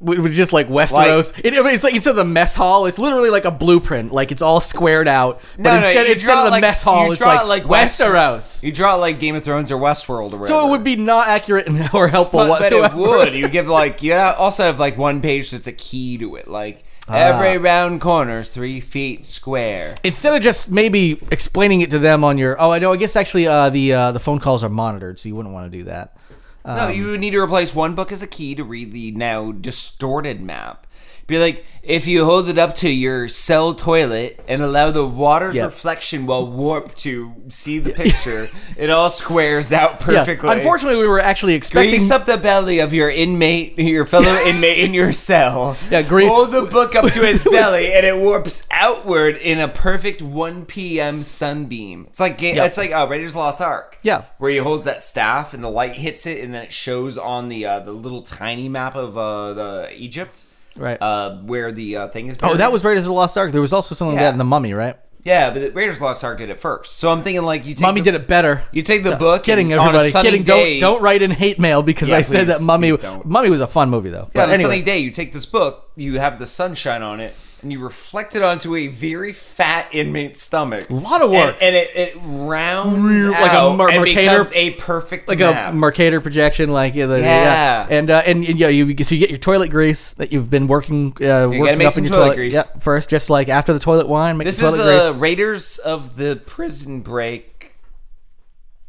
C: we we just like Westeros. it, I mean, it's like instead of the mess hall, it's literally like a blueprint. Like it's all squared out. But
B: No, no,
C: instead,
B: you
C: instead
B: draw
C: of the
B: like-
C: mess hall,
B: you
C: it's
B: draw
C: like,
B: it like West-
C: Westeros.
B: You draw it like Game of Thrones or Westworld or whatever.
C: so it would be not accurate *laughs* and- or helpful
B: But, but
C: whatsoever.
B: it would. You give like you also have like one page that's a key to it. Like
C: Ah.
B: Every round corner's three feet square.
C: Instead of just maybe explaining it to them on your oh I know I guess actually uh, the uh, the phone calls are monitored so you wouldn't want to do that.
B: no,
C: Um,
B: you would need to replace one book as a key to read the now distorted map. Be like, if you hold it up to your cell toilet and allow the water's
C: Yeah.
B: reflection while warped to see the picture, it all squares out
C: Yeah,
B: perfectly.
C: Unfortunately, we were actually expecting
B: Grease up the belly of your inmate, your
C: *laughs*
B: fellow inmate in your cell.
C: Yeah, gre-
B: Hold the book up
C: *laughs*
B: to his belly, and it warps outward in a perfect 1 p.m. sunbeam. It's like ga-
C: Yep.
B: it's like uh, Raiders of the Lost Ark.
C: Yeah.
B: where he holds that staff, and the light hits it, and then it shows on the uh, the little tiny map of uh, the Egypt,
C: right.
B: uh, where the uh, thing is.
C: oh,
B: buried.
C: that was Raiders of the Lost Ark. There was also something like
B: Yeah.
C: that in the Mummy, right?
B: yeah, but the Raiders of the Lost Ark did it first. So I'm thinking like you take
C: Mummy
B: the,
C: did it better.
B: You take the book,
C: Kidding
B: and on a
C: everybody.
B: sunny
C: Kidding.
B: Day,
C: Don't don't write in hate mail because
B: Yeah,
C: I said
B: please,
C: that Mummy
B: please don't.
C: Mummy was a fun movie though.
B: Yeah,
C: but
B: on a
C: anyway.
B: sunny day, you take this book, you have the sunshine on it, and you reflect it onto a very fat inmate's stomach. A
C: Lot of work.
B: and, and it, it rounds
C: Like a
B: out
C: mer-
B: and
C: mercator-
B: becomes a perfect
C: like
B: map.
C: a Mercator projection, like yeah, the,
B: Yeah.
C: and uh, and, and yeah, you so you get your toilet grease that you've been working uh, working
B: make
C: up
B: some
C: in your
B: toilet
C: toilet,
B: grease.
C: Yep, first, just like after the toilet wine, make
B: this
C: the
B: is
C: toilet
B: uh,
C: grease.
B: Raiders of the Prison Break,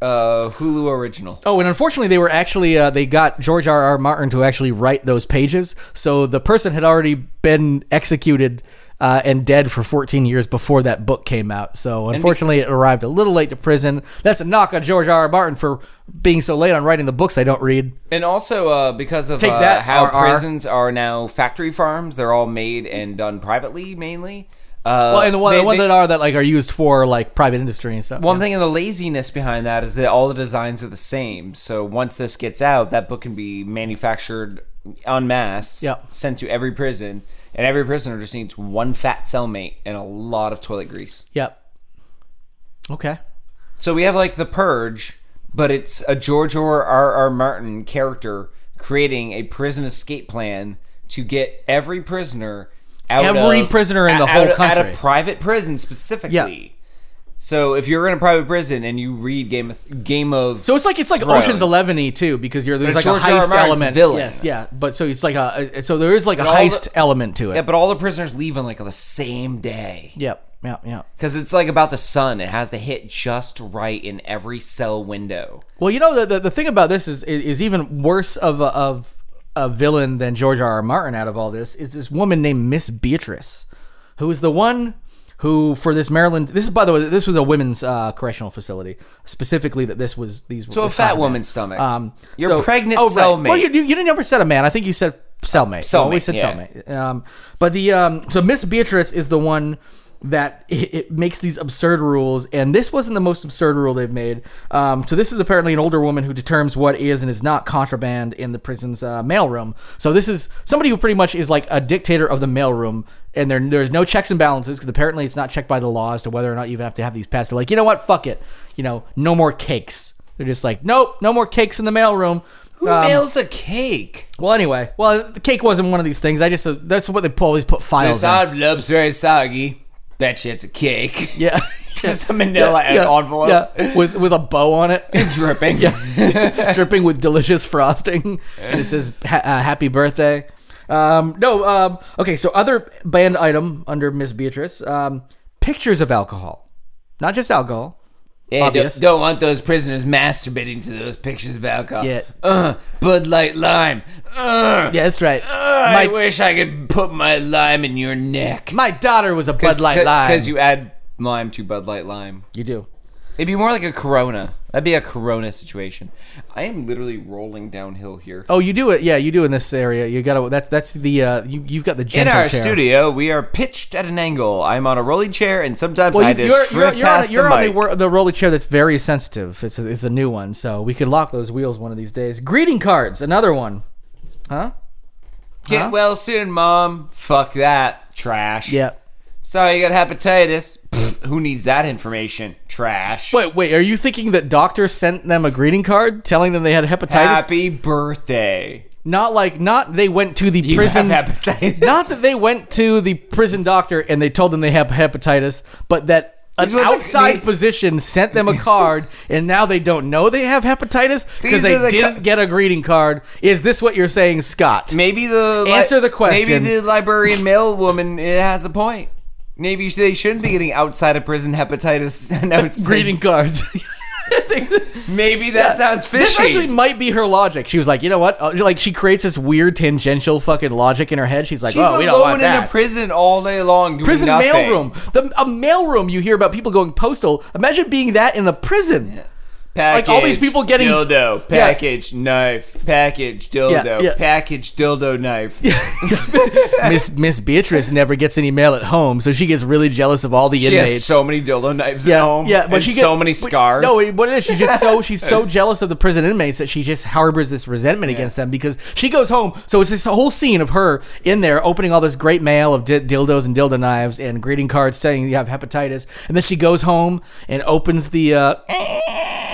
B: uh, Hulu original.
C: Oh, and unfortunately, they were actually uh, they got George R. R. Martin to actually write those pages, so the person had already been executed. Uh, and dead for 14 years before that book came out. So unfortunately, it arrived a little late to prison. That's a knock on George R. R. Martin for being so late on writing the books I don't read.
B: And also uh, because of
C: Take
B: uh,
C: that,
B: how
C: RR.
B: prisons are now factory farms, they're all made and done privately mainly. Uh,
C: Well, and the one,
B: they-
C: the ones
B: they-
C: that are that like are used for like private industry and stuff.
B: One
C: yeah.
B: thing in the laziness behind that is that all the designs are the same. So once this gets out, that book can be manufactured en masse,
C: Yeah.
B: sent to every prison, and every prisoner just needs one fat cellmate and a lot of toilet grease.
C: Yep. Okay.
B: So we have like the Purge, but it's a George or R. R. Martin character creating a prison escape plan to get every prisoner out
C: Every
B: of-
C: prisoner in the
B: out-
C: whole
B: out
C: country.
B: of private prison specifically. So if you're in a private prison and you read Game of Game of
C: So it's like it's like
B: Thrones.
C: Ocean's Eleven y too because you're there's
B: But
C: like
B: George
C: a
B: R. R.
C: heist
B: Martin's
C: element.
B: villain.
C: Yes, yeah. But so it's like a uh, so there is like a
B: all
C: heist
B: the-
C: element to it.
B: Yeah, but all the prisoners leave on like the same day
C: Yep. Yep. Yep.
B: because it's like about the sun. It has to hit just right in every cell window.
C: Well, you know the, the the thing about this is is, is even worse of a, of a villain than George R. R. Martin out of all this is this woman named Miss Beatrice, who is the one who for this Maryland. This is by the way this was a women's uh, correctional facility specifically that this was these.
B: So a fat woman's stomach.
C: Um,
B: Your pregnant
C: oh, right.
B: cellmate.
C: Well, you, you, you never said a man. I think you said cellmate. You
B: Cellmate,
C: always said
B: yeah.
C: cellmate. Um, but the um, so Miss Beatrice is the one that it, it makes these absurd rules, and this wasn't the most absurd rule they've made. Um, so this is apparently an older woman who determines what is and is not contraband in the prison's uh, mailroom. So this is somebody who pretty much is like a dictator of the mailroom, and there there's no checks and balances because apparently it's not checked by the law as to whether or not you even have to have these passed. They're like, you know what, fuck it, you know, no more cakes. They're just like, nope, no more cakes in the mailroom.
B: Who
C: Um,
B: nails a cake?
C: well, anyway, well, the cake wasn't one of these things. I just uh, that's what they always put files
B: This
C: on.
B: envelope's very soggy. Bet you it's a cake.
C: Yeah,
B: Just a manila
C: Yeah,
B: envelope
C: yeah, with with a bow on it,
B: *laughs*
C: *laughs*
B: dripping. *laughs*
C: dripping with delicious frosting, and it says ha- uh, "Happy Birthday." Um, no, um, okay. So other banned item under Miss Beatrice: um, pictures of alcohol, not just alcohol.
B: Hey, don't-
C: Obvious.
B: Don't, want those prisoners masturbating to those pictures of alcohol.
C: Yeah.
B: Uh, Bud Light Lime. Uh,
C: Yeah, that's right.
B: uh, I
C: my
B: wish I could put my lime in your neck.
C: my daughter was a Bud Light Lime.
B: Because you add lime to Bud Light Lime.
C: you do.
B: It'd be more like a Corona. That'd be a Corona situation. I am literally rolling downhill here.
C: Oh, you do it. Yeah, you do in this area. You got to. That's that's the uh, you you've got the
B: In
C: gentle
B: our
C: chair.
B: studio, we are pitched at an angle. I'm on a rolling chair, and sometimes I
C: Well, you,
B: just
C: you're, you're,
B: drift
C: you're
B: past
C: on, you're
B: the
C: on
B: mic.
C: the, wor- the roller chair that's very sensitive. It's a, it's a new one, so we could lock those wheels one of these days. Greeting cards, another one. Huh?
B: Get
C: Huh?
B: well soon, mom. Fuck that. Trash.
C: Yeah.
B: Sorry, you got hepatitis. Pfft, who needs that information? Trash.
C: Wait, wait. Are you thinking that doctor sent them a greeting card telling them they had hepatitis?
B: Happy birthday.
C: Not like not they went to the
B: You
C: prison.
B: have hepatitis. *laughs*
C: not that they went to the prison doctor and they told them they have hepatitis, but that an
B: These were the-
C: outside
B: the-
C: physician sent
B: *laughs*
C: them a card, and now they don't know they have hepatitis because
B: These
C: they
B: are the
C: didn't
B: co-
C: get a greeting card. Is this what you're saying, Scott?
B: Maybe the li-
C: Answer the question.
B: Maybe the librarian mail woman eh, has a point. Maybe they shouldn't be getting outside of prison hepatitis *laughs* announcements.
C: Greeting cards. *laughs*
B: Maybe that sounds
C: This actually
B: fishy.
C: might be her logic. She was like, you know what? Uh, Like, she creates this weird tangential fucking logic in her head. She's like,
B: She's
C: well, we don't
B: alone
C: want
B: in a
C: that.
B: prison all day long doing
C: prison
B: nothing.
C: mailroom. The a mailroom you hear about people going postal. Imagine being that in the prison.
B: Package,
C: all these people getting-
B: dildo,
C: Yeah.
B: package, knife, package, dildo,
C: yeah.
B: package, dildo, knife.
C: *laughs* Miss Miss Beatrice never gets any mail at home, so she gets really jealous of all the
B: She
C: inmates.
B: has so many dildo knives
C: yeah,
B: at home.
C: yeah, but
B: and
C: she gets,
B: so many
C: but-
B: scars.
C: No, it- what it is, she's just so she's
B: *laughs*
C: so jealous of the prison inmates that she just harbors this resentment against them because she goes home. So it's this whole scene of her in there opening all this great mail of di- dildos and dildo knives and greeting cards saying you have hepatitis, and then she goes home and opens the uh, *laughs*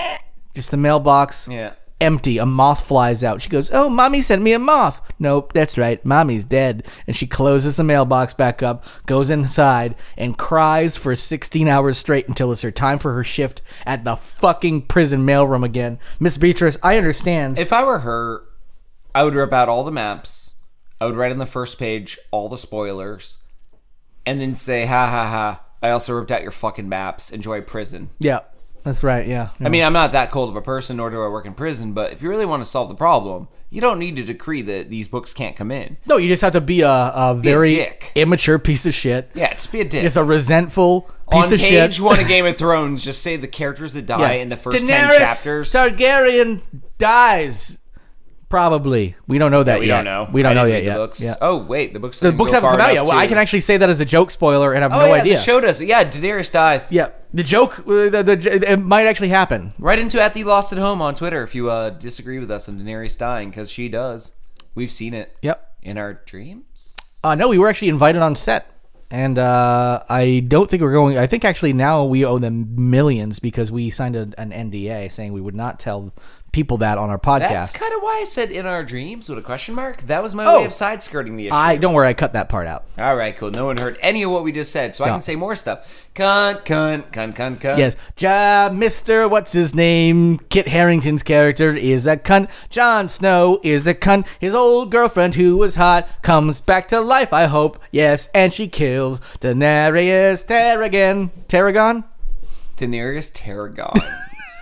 C: just the mailbox.
B: yeah.
C: Empty. A moth flies out. She goes, "Oh, mommy sent me a moth." Nope, that's right. Mommy's dead. And she closes the mailbox back up, goes inside, and cries for 16 hours straight until it's her time for her shift at the fucking prison mailroom again. Miss Beatrice, I understand.
B: If I were her, I would rip out all the maps. I would write on the first page all the spoilers, and then say, "Ha ha ha! I also ripped out your fucking maps. Enjoy prison."
C: yeah, that's right. Yeah.
B: I mean, I'm not that cold of a person, nor do I work in prison. But if you really want to solve the problem, you don't need to decree that these books can't come in.
C: no, you just have to be a, a very
B: dick.
C: immature piece of shit.
B: Yeah, just be a dick.
C: It's a resentful piece
B: On
C: of
B: page
C: shit.
B: one of Game of Thrones, just say the characters that die in the first ten
C: Daenerys
B: chapters.
C: Targaryen dies. Probably. We don't know that
B: we
C: yet.
B: don't know.
C: We don't
B: I
C: know
B: didn't
C: yet.
B: read the
C: yet.
B: Books.
C: Yeah.
B: Oh wait, the books.
C: the books haven't come out yet. Well, I can actually say that as a joke spoiler, and I have
B: Oh
C: no
B: yeah,
C: idea.
B: the show does. it. Yeah, Daenerys dies.
C: yeah, the joke. uh, The, the, it might actually happen.
B: Right into at the lost at home on Twitter if you uh, disagree with us on Daenerys dying because she does. We've seen it.
C: Yep.
B: In our dreams.
C: Uh, no, we were actually invited on set, and uh, I don't think we're going. I think actually now we owe them millions because we signed a, an NDA saying we would not tell people that on our
B: That's
C: podcast.
B: kind of why I said in our dreams with a question mark. That was my
C: Oh.
B: way of side skirting the issue.
C: I don't worry. I cut that part out.
B: All right, cool. No one heard any of what we just said, so I
C: No.
B: can say more stuff. Cunt, cunt, cunt, cunt, cunt.
C: Yes, ja, Mister, what's his name? Kit Harrington's character is a cunt. Jon Snow is a cunt. His old girlfriend, who was hot, comes back to life. I hope. Yes, and she kills Daenerys Targaryen. Tarragon.
B: Daenerys Tarragon.
C: *laughs*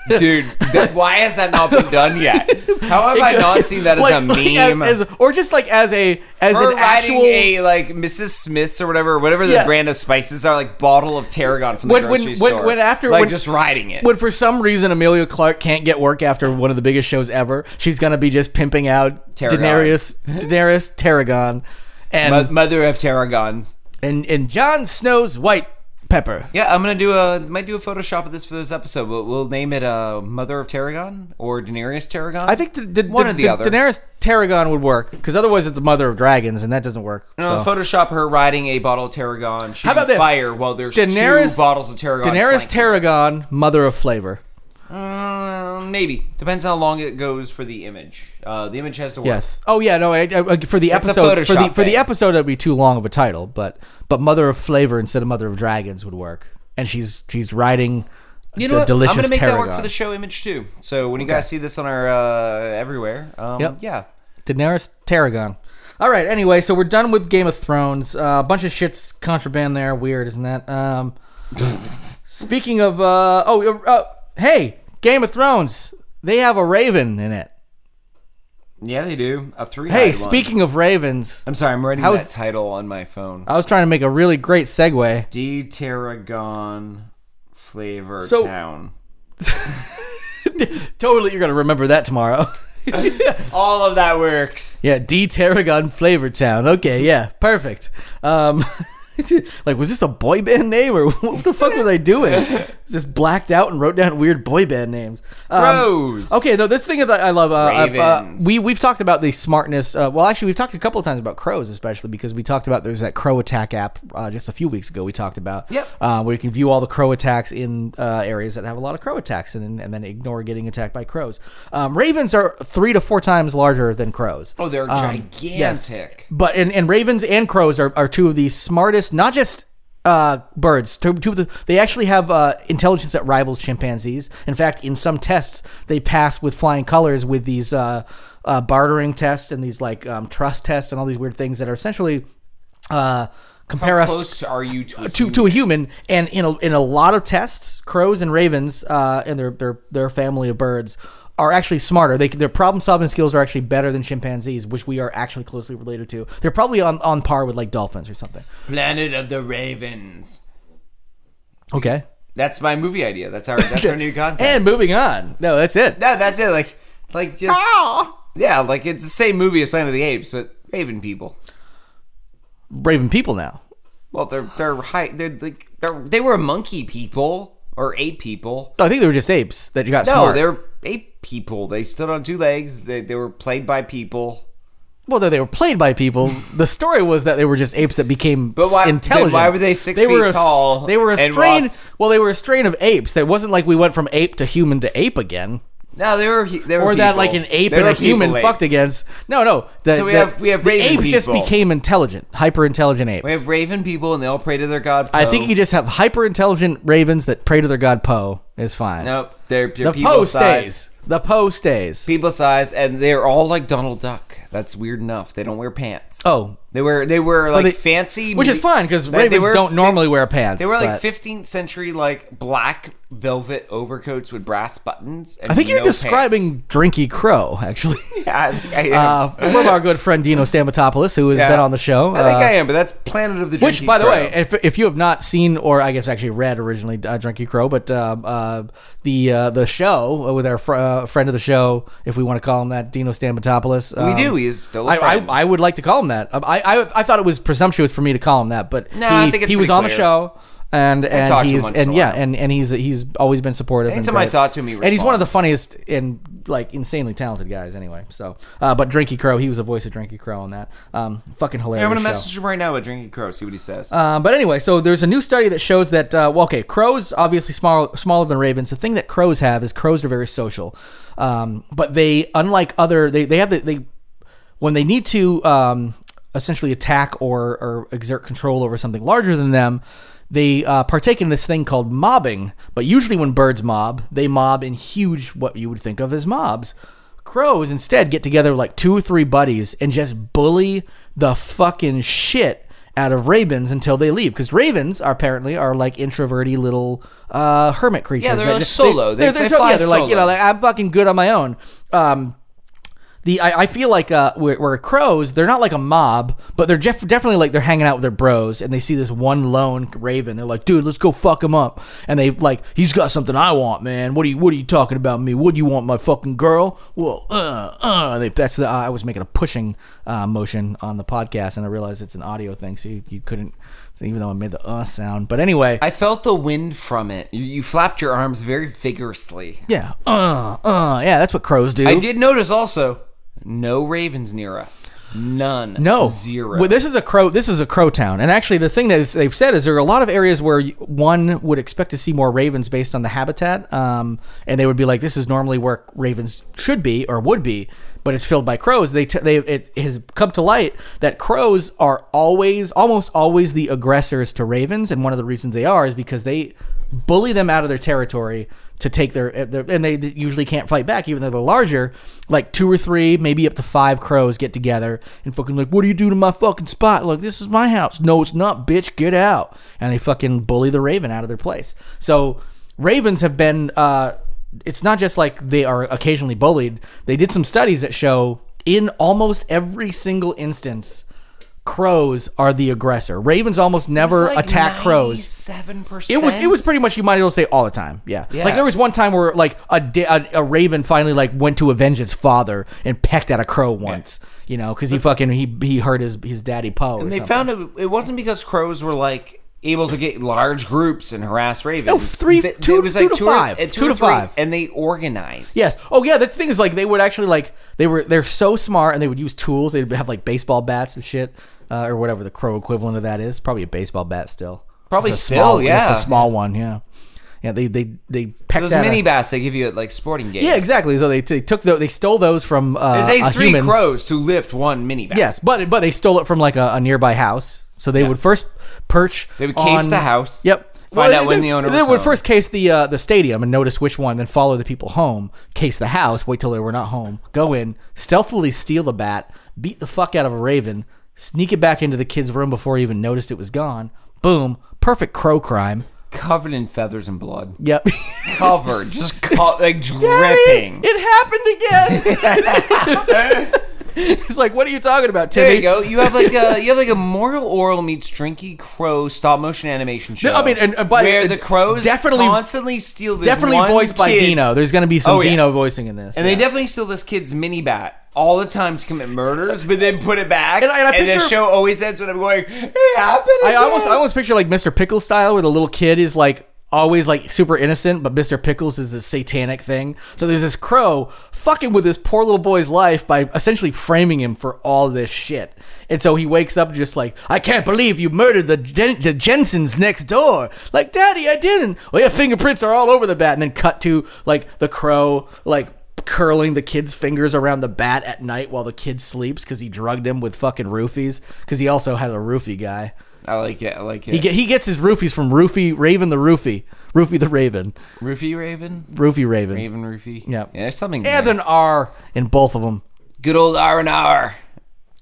B: Dude, that, why has that not been done yet? How have I not seen that as a
C: *laughs* Like- like
B: meme?
C: as- as- or just like as a as
B: We're
C: an
B: riding
C: actual.
B: a like Mrs. Smith's or whatever, whatever the
C: Yeah.
B: brand of spices are, like bottle of tarragon from the
C: When- when-
B: grocery
C: when-
B: store.
C: when after-
B: like
C: when-
B: just riding it.
C: when for some reason Amelia Clark can't get work after one of the biggest shows ever, she's gonna be just pimping out
B: Tarragon.
C: Daenerys, Daenerys Tarragon, and
B: Mo- mother of tarragons.
C: and and Jon Snow's white pepper.
B: Yeah, I'm gonna do a might do a Photoshop of this for this episode, but we'll name it uh, Mother of Tarragon or Daenerys Tarragon.
C: I think da- da-
B: one
C: da-
B: or the
C: da-
B: other.
C: Daenerys Tarragon would work because otherwise it's the mother of dragons and that doesn't work.
B: No,
C: so.
B: Photoshop her riding a bottle of tarragon.
C: How about this?
B: fire while there's
C: Daenerys-
B: two bottles of tarragon.
C: Daenerys
B: flanking.
C: Tarragon, mother of flavor.
B: Uh, maybe depends how long it goes for the image. Uh, the image has to work.
C: Yes. Oh yeah. No. I, I, for the
B: It's a
C: episode, for the
B: Photoshop
C: for the
B: thing.
C: episode, it'd be too long of a title. But but mother of flavor instead of mother of dragons would work. And she's she's riding
B: You
C: d-
B: know what?
C: delicious
B: I'm gonna make
C: tarragon.
B: that work for the show image too. So when you guys see this on our uh, everywhere, um,
C: Yep.
B: yeah,
C: Daenerys Tarragon. All right. Anyway, so we're done with Game of Thrones. Uh, a bunch of shits contraband there. Weird, isn't that? *laughs* Um, speaking of, uh, oh, uh, uh, hey, Game of Thrones. They have a raven in it.
B: yeah, they do a three.
C: Hey,
B: hide one.
C: speaking of ravens,
B: I'm sorry, I'm writing
C: How's-
B: that title on my phone.
C: I was trying to make a really great segue.
B: D Tarragon Flavor
C: So-
B: Town.
C: *laughs* Totally, you're gonna remember that *laughs* tomorrow.
B: All of that works.
C: yeah, D Tarragon Flavor Town. Okay, yeah, perfect. Um, *laughs* like, was this a boy band name or *laughs* what the fuck was I doing? Just blacked out and wrote down weird boy band names. Um,
B: Rose.
C: Okay, no, this thing that I love. Uh, uh, uh,
B: Ravens.
C: we we've talked about the smartness. Uh, well, actually, we've talked a couple of times about crows, especially because we talked about there's that crow attack app uh, just a few weeks ago. We talked about
B: Yep.
C: uh, where you can view all the crow attacks in uh, areas that have a lot of crow attacks, and and then ignore getting attacked by crows. Um, ravens are three to four times larger than crows.
B: Oh, they're
C: Um,
B: gigantic.
C: but and, and ravens and crows are, are two of the smartest not just uh, birds. Two, two of the, they actually have uh, intelligence that rivals chimpanzees. In fact, in some tests, they pass with flying colors with these uh, uh, bartering tests and these like um, trust tests and all these weird things that are essentially uh, compare
B: How
C: us
B: close are you to a
C: Uh, to, to a human, and in a, in a lot of tests, crows and ravens uh, and their, their their family of birds are actually smarter. They their problem solving skills are actually better than chimpanzees, which we are actually closely related to. They're probably on, on par with like dolphins or something.
B: Planet of the Ravens?
C: Okay.
B: That's my movie idea. That's our
C: *laughs*
B: that's our new content.
C: And moving on. No, that's it.
B: no, that's it. Like like just yeah, like it's the same movie as Planet of the Apes, but Raven people.
C: Raven people now.
B: Well, they're they're high. They're like they're, they were monkey people or ape people.
C: I think they were just apes that you got
B: No,
C: smart.
B: they were ape people. They stood on two legs. They they were played by people.
C: well, though they were played by people. the story was that they were just apes that became
B: But why- then
C: intelligent.
B: why were they six
C: they were
B: feet
C: a s-
B: tall
C: They were a
B: and
C: strain.
B: walked?
C: Well, they were a strain of apes. That wasn't like we went from ape to human to ape again,
B: No, they were hu- they were
C: or that
B: people.
C: like an ape
B: They
C: and
B: were
C: a human
B: people apes.
C: fucked against. No, no. The,
B: So we
C: the-
B: have- we have
C: the
B: raven
C: apes just
B: people.
C: became intelligent, hyper intelligent apes.
B: We have Raven people, and they all pray to their god. Poe.
C: I think you just have hyper intelligent ravens that pray to their god Poe. Is fine.
B: nope. They're, they're
C: The
B: people
C: Poe
B: size.
C: stays. The Poe stays.
B: People size, and they're all like Donald Duck. That's weird enough. They don't wear pants.
C: Oh.
B: they were they were like
C: But they-
B: fancy,
C: which is
B: me-
C: fine because
B: they- they
C: ravens
B: were-
C: don't
B: they-
C: normally wear pants.
B: They were like
C: but-
B: 15th century like black velvet overcoats with brass buttons. And
C: I think you're
B: no
C: describing Drinky Crow, actually.
B: pants. *laughs* I, I am.
C: uh, from our good friend Dino Stamatopoulos, who
B: *laughs*
C: has
B: Yeah.
C: been on the show.
B: I think
C: uh,
B: I am, but that's Planet of the
C: which,
B: Drinking
C: by the
B: Crow.
C: way, if, if you have not seen or I guess actually read originally uh, Drinky Crow, but uh, uh, the uh, the show with our fr- uh, friend of the show, if we want to call him that, Dino Stamatopoulos.
B: we
C: um,
B: do, he is still a
C: I,
B: friend.
C: I, I would like to call him that. Um, I, I I thought it was presumptuous for me to call him that, but
B: No,
C: he,
B: I think it's
C: he was
B: pretty
C: on the
B: clear.
C: show. And
B: talk to
C: and
B: him
C: he's
B: once in
C: and
B: a
C: yeah
B: while.
C: and, and he's he's always been supportive.
B: Anytime I
C: and great.
B: talk to him, he
C: and he's one of the
B: responds.
C: funniest and like insanely talented guys. Anyway, so uh, but Drinky Crow, he was the voice of Drinky Crow on that. Um, fucking hilarious.
B: I'm gonna
C: show.
B: message him right now about Drinking Crow. See what he says.
C: Um, but anyway, so there's a new study that shows that uh, well, okay, crows obviously small, smaller than ravens. The thing that crows have is crows are very social, um, but they, unlike other, they they have the, they when they need to um, essentially attack or or exert control over something larger than them. They uh, partake in this thing called mobbing, but usually when birds mob, they mob in huge, what you would think of as mobs. Crows instead get together like two or three buddies and just bully the fucking shit out of ravens until they leave because ravens are apparently are like introverty little uh, hermit creatures.
B: Yeah, they're
C: That
B: like
C: just-
B: solo. They- they
C: so-
B: fly
C: yeah, they're like you know
B: solo.
C: like I'm fucking good on my own. Um, the I, I feel like uh, where, where crows, they're not like a mob, but they're def- definitely like they're hanging out with their bros, and they see this one lone raven. They're like, dude, let's go fuck him up, and they like he's got something I want, man. What are you What are you talking about me? What do you want, my fucking girl? Well, uh, uh. They, that's the I was making a pushing uh, motion on the podcast, and I realized it's an audio thing, so you, you couldn't. Even though I made the uh sound, but anyway,
B: I felt the wind from it. You, you flapped your arms very vigorously.
C: yeah, uh, uh, yeah, that's what crows do.
B: I did notice also no ravens near us. None.
C: No,
B: Zero.
C: Well, this is a crow. This is a crow town, and actually, the thing that they've said is there are a lot of areas where you- one would expect to see more ravens based on the habitat, um, and they would be like, "This is normally where ravens should be or would be," but it's filled by crows. They t- they it has come to light that crows are always, almost always, the aggressors to ravens, and one of the reasons they are is because they bully them out of their territory to take their, eh, their and they usually can't fight back even though they're larger like two or three maybe up to five crows get together and fucking like what are you doing to my fucking spot like this is my house no it's not bitch get out and they fucking bully the raven out of their place so ravens have been uh it's not just like they are occasionally bullied they did some studies that show in almost every single instance crows are the aggressor ravens almost never attack crows
B: Seven percent.
C: it was it was pretty much you might as well say all the time. Yeah.
B: Yeah.
C: Like there was one time where like a, da- a a raven finally like went to avenge his father and pecked at a crow once. You know, because he fucking he he hurt his his daddy Poe.
B: They found it. It wasn't because crows were like able to get large groups and harass ravens.
C: three-
B: Th-
C: two-
B: it was
C: two
B: like
C: to
B: or-
C: five.
B: uh,
C: Two to
B: or three,
C: five.
B: and they organized.
C: Yes. Oh yeah. The thing is, like, they would actually like they were they're so smart, and they would use tools. They'd have like baseball bats and shit, uh, or whatever the crow equivalent of that is. Probably a baseball bat still.
B: Probably
C: It's a
B: still,
C: small-
B: yeah.
C: It's a small one. Yeah. Yeah. They they they pecked
B: those
C: at a-
B: mini bats they give you at like sporting games.
C: Yeah, exactly. So they, they took the, they stole those from uh,
B: It takes
C: uh,
B: three
C: humans.
B: crows to lift one mini bat.
C: Yes, but but they stole it from like a, a nearby house. So they would first perch.
B: They would case
C: on-
B: the house,
C: Yep.
B: find out
C: they-
B: when
C: they-
B: the owner
C: They
B: was
C: would
B: home.
C: first case the uh, the stadium and notice which one, then follow the people home, case the house, wait till they were not home, go in, stealthily steal the bat, beat the fuck out of a raven, sneak it back into the kid's room before he even noticed it was gone. Boom. Perfect crow crime.
B: covered in feathers and blood,
C: Yep. *laughs*
B: covered, just co- like dripping.
C: it happened again.
B: *laughs*
C: *laughs* It's like, what are you talking about, Timmy?
B: There you go. You have like
C: *laughs*
B: a you have like a Mortal Oral meets Drinky Crow stop motion animation show.
C: I mean, and- and by-
B: where the crows
C: definitely-
B: definitely constantly steal this
C: Definitely
B: one
C: voiced by
B: kid's-
C: Dino. There's going to be some
B: Oh, yeah.
C: Dino voicing in this.
B: and they definitely steal this kid's mini bat all the time to commit murders, but then put it back.
C: And I- and I
B: the
C: picture-
B: show always ends when I'm going, "It happened."
C: I almost,
B: again."
C: I almost picture like Mr. Pickles style, where the little kid is like always like super innocent, but Mr. Pickles is this satanic thing. So there's this crow fucking with this poor little boy's life by essentially framing him for all this shit. And so he wakes up just like, I can't believe you murdered the Jen- the Jensens next door. Like, Daddy, I didn't. Well, your fingerprints are all over the bat. And then cut to like the crow, like curling the kid's fingers around the bat at night while the kid sleeps because he drugged him with fucking roofies because he also has a roofie guy.
B: I like it. I like it.
C: He, get, he gets his roofies from Roofy Raven the Roofie. Roofy the Raven.
B: Roofie Raven,
C: Roofy Raven.
B: Raven Roofie.
C: Yep.
B: Yeah, there's something.
C: Adds
B: there.
C: an R in both of them.
B: Good old R and R.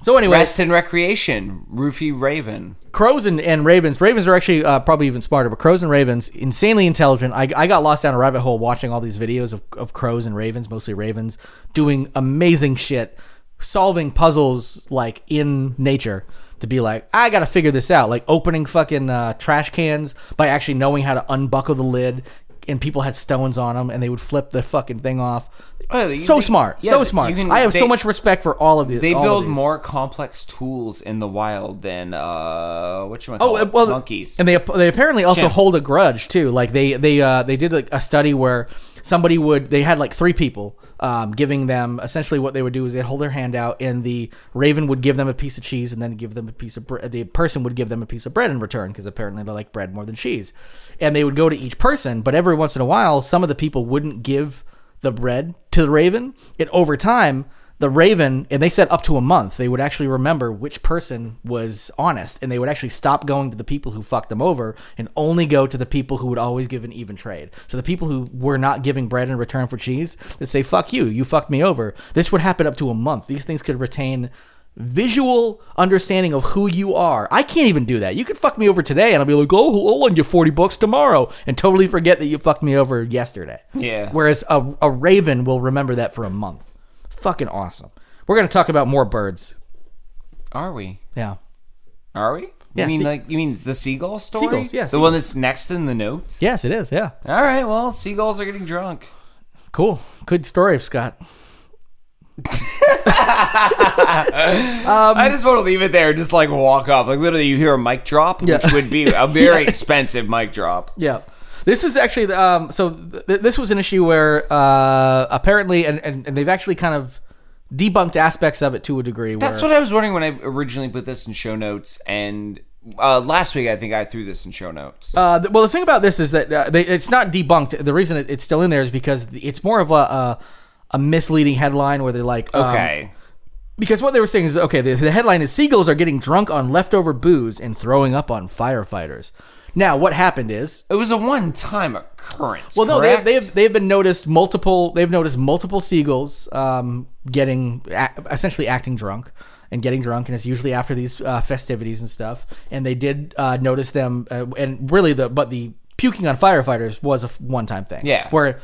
C: So, anyway,
B: Rest and recreation. Roofie Raven.
C: crows and, and ravens. Ravens are actually uh, probably even smarter, but crows and ravens, insanely intelligent. I, I got lost down a rabbit hole watching all these videos of, of crows and ravens, mostly ravens, doing amazing shit, solving puzzles like in nature. To be like, I gotta figure this out. Like opening fucking uh, trash cans by actually knowing how to unbuckle the lid, and people had stones on them, and they would flip the fucking thing off.
B: Oh, you-
C: so
B: they-
C: smart,
B: yeah,
C: so
B: they-
C: smart.
B: you can-
C: I have so
B: they-
C: much respect for all of these.
B: They
C: all of
B: build
C: these.
B: more complex tools in the wild than uh, what you want to
C: Oh,
B: call
C: uh,
B: it?
C: well,
B: monkeys.
C: and they they apparently also
B: Chimps.
C: hold a grudge too. Like they they uh, they did like a study where somebody would they had like three people um, giving them essentially what they would do is they'd hold their hand out and the raven would give them a piece of cheese and then give them a piece of bread. The person would give them a piece of bread in return because apparently they like bread more than cheese, and they would go to each person. But every once in a while, some of the people wouldn't give the bread to the raven. And over time, the raven, and they said up to a month, they would actually remember which person was honest, and they would actually stop going to the people who fucked them over and only go to the people who would always give an even trade. So the people who were not giving bread in return for cheese, they'd say, fuck you, you fucked me over. This would happen up to a month. These things could retain visual understanding of who you are. I can't even do that. You could fuck me over today and I'll be like, oh, I'll lend you 40 bucks tomorrow and totally forget that you fucked me over yesterday.
B: Yeah.
C: Whereas a, a raven will remember that for a month. Fucking awesome. We're going to talk about more birds.
B: Are we?
C: Yeah.
B: Are we?
C: Yeah,
B: you mean
C: se-
B: like you mean the seagull story?
C: Seagulls, yeah,
B: The one that's next in the notes.
C: Yes, it is. Yeah.
B: All right. Well, seagulls are getting drunk.
C: Cool. Good story, Scott. Um,
B: I just want to leave it there. Just like walk off. Like literally, you hear a mic drop,
C: Yeah.
B: which would be
C: *laughs*
B: a very expensive mic drop.
C: Yeah. This is actually the- um, so. Th- this was an issue where uh, apparently, and, and, and they've actually kind of debunked aspects of it to a degree. Where,
B: That's what I was wondering when I originally put this in show notes. And uh, last week, I think I threw this in show notes.
C: Uh, th- well, the thing about this is that uh, they, it's not debunked. The reason it, it's still in there is because it's more of a a, a misleading headline where they're like, um,
B: okay.
C: because what they were saying is okay. The, the headline is seagulls are getting drunk on leftover booze and throwing up on firefighters. Now, what happened is
B: it was a one-time occurrence.
C: well, no, they've,
B: correct?
C: they've they've been noticed multiple. They've noticed multiple seagulls um, getting a- essentially acting drunk and getting drunk, and it's usually after these uh, festivities and stuff. And they did uh, notice them, uh, and really the but the puking on firefighters was a one time thing.
B: Yeah.
C: where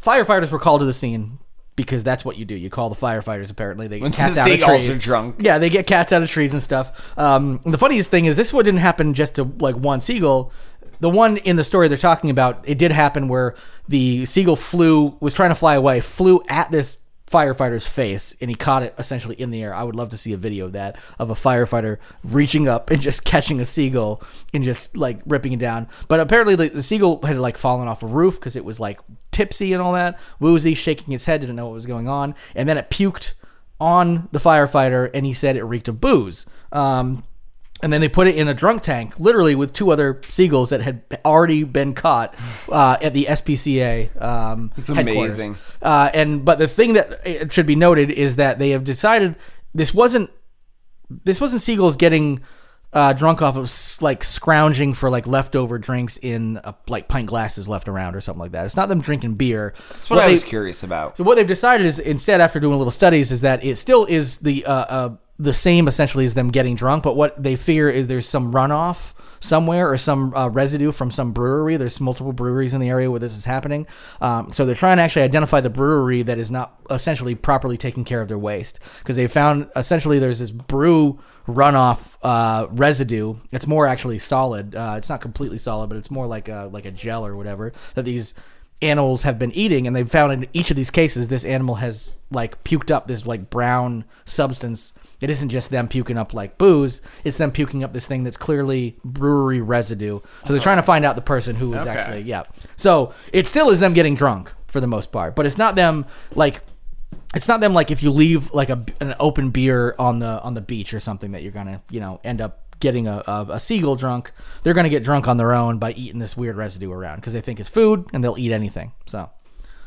C: firefighters were called to the scene because that's what you do. You call the firefighters. Apparently, they
B: When
C: get cats
B: the *laughs*
C: out of
B: seagulls
C: trees.
B: are drunk.
C: Yeah, they get cats out of trees and stuff. Um, the funniest thing is this one didn't happen just to like one seagull. The one in the story they're talking about, it did happen where the seagull flew, was trying to fly away, flew at this firefighter's face, and he caught it essentially in the air. I would love to see a video of that of a firefighter reaching up and *laughs* just catching a seagull and just like ripping it down. But apparently the, the seagull had like fallen off a roof because it was like tipsy and all that, woozy, shaking its head, didn't know what was going on, and then it puked on the firefighter and he said it reeked of booze. Um, and then they put it in a drunk tank, literally with two other seagulls that had already been caught uh, at the SPCA. Um, it's
B: amazing.
C: Uh, and but the thing that uh, it should be noted is that they have decided this wasn't this wasn't seagulls getting uh, drunk off of s- like scrounging for like leftover drinks in uh like pint glasses left around or something like that. It's not them drinking beer.
B: That's what, I was curious about.
C: So what they've decided is instead, after doing little studies, is that it still is the uh, uh, the same essentially as them getting drunk. But what they fear is there's some runoff somewhere or some uh, residue from some brewery. There's multiple breweries in the area where this is happening. Um, so they're trying to actually identify the brewery that is not essentially properly taking care of their waste because they found essentially there's this brew runoff uh, residue. It's more actually solid. Uh, it's not completely solid, but it's more like a like a gel or whatever that these animals have been eating and they've found in each of these cases this animal has like puked up this like brown substance it isn't just them puking up like booze it's them puking up this thing that's clearly brewery residue so they're trying to find out the person who was actually yeah so it still is them getting drunk for the most part but it's not them like it's not them like if you leave like a, an open beer on the on the beach or something that you're gonna you know end up getting a, a, a seagull drunk they're gonna get drunk on their own by eating this weird residue around because they think it's food and they'll eat anything so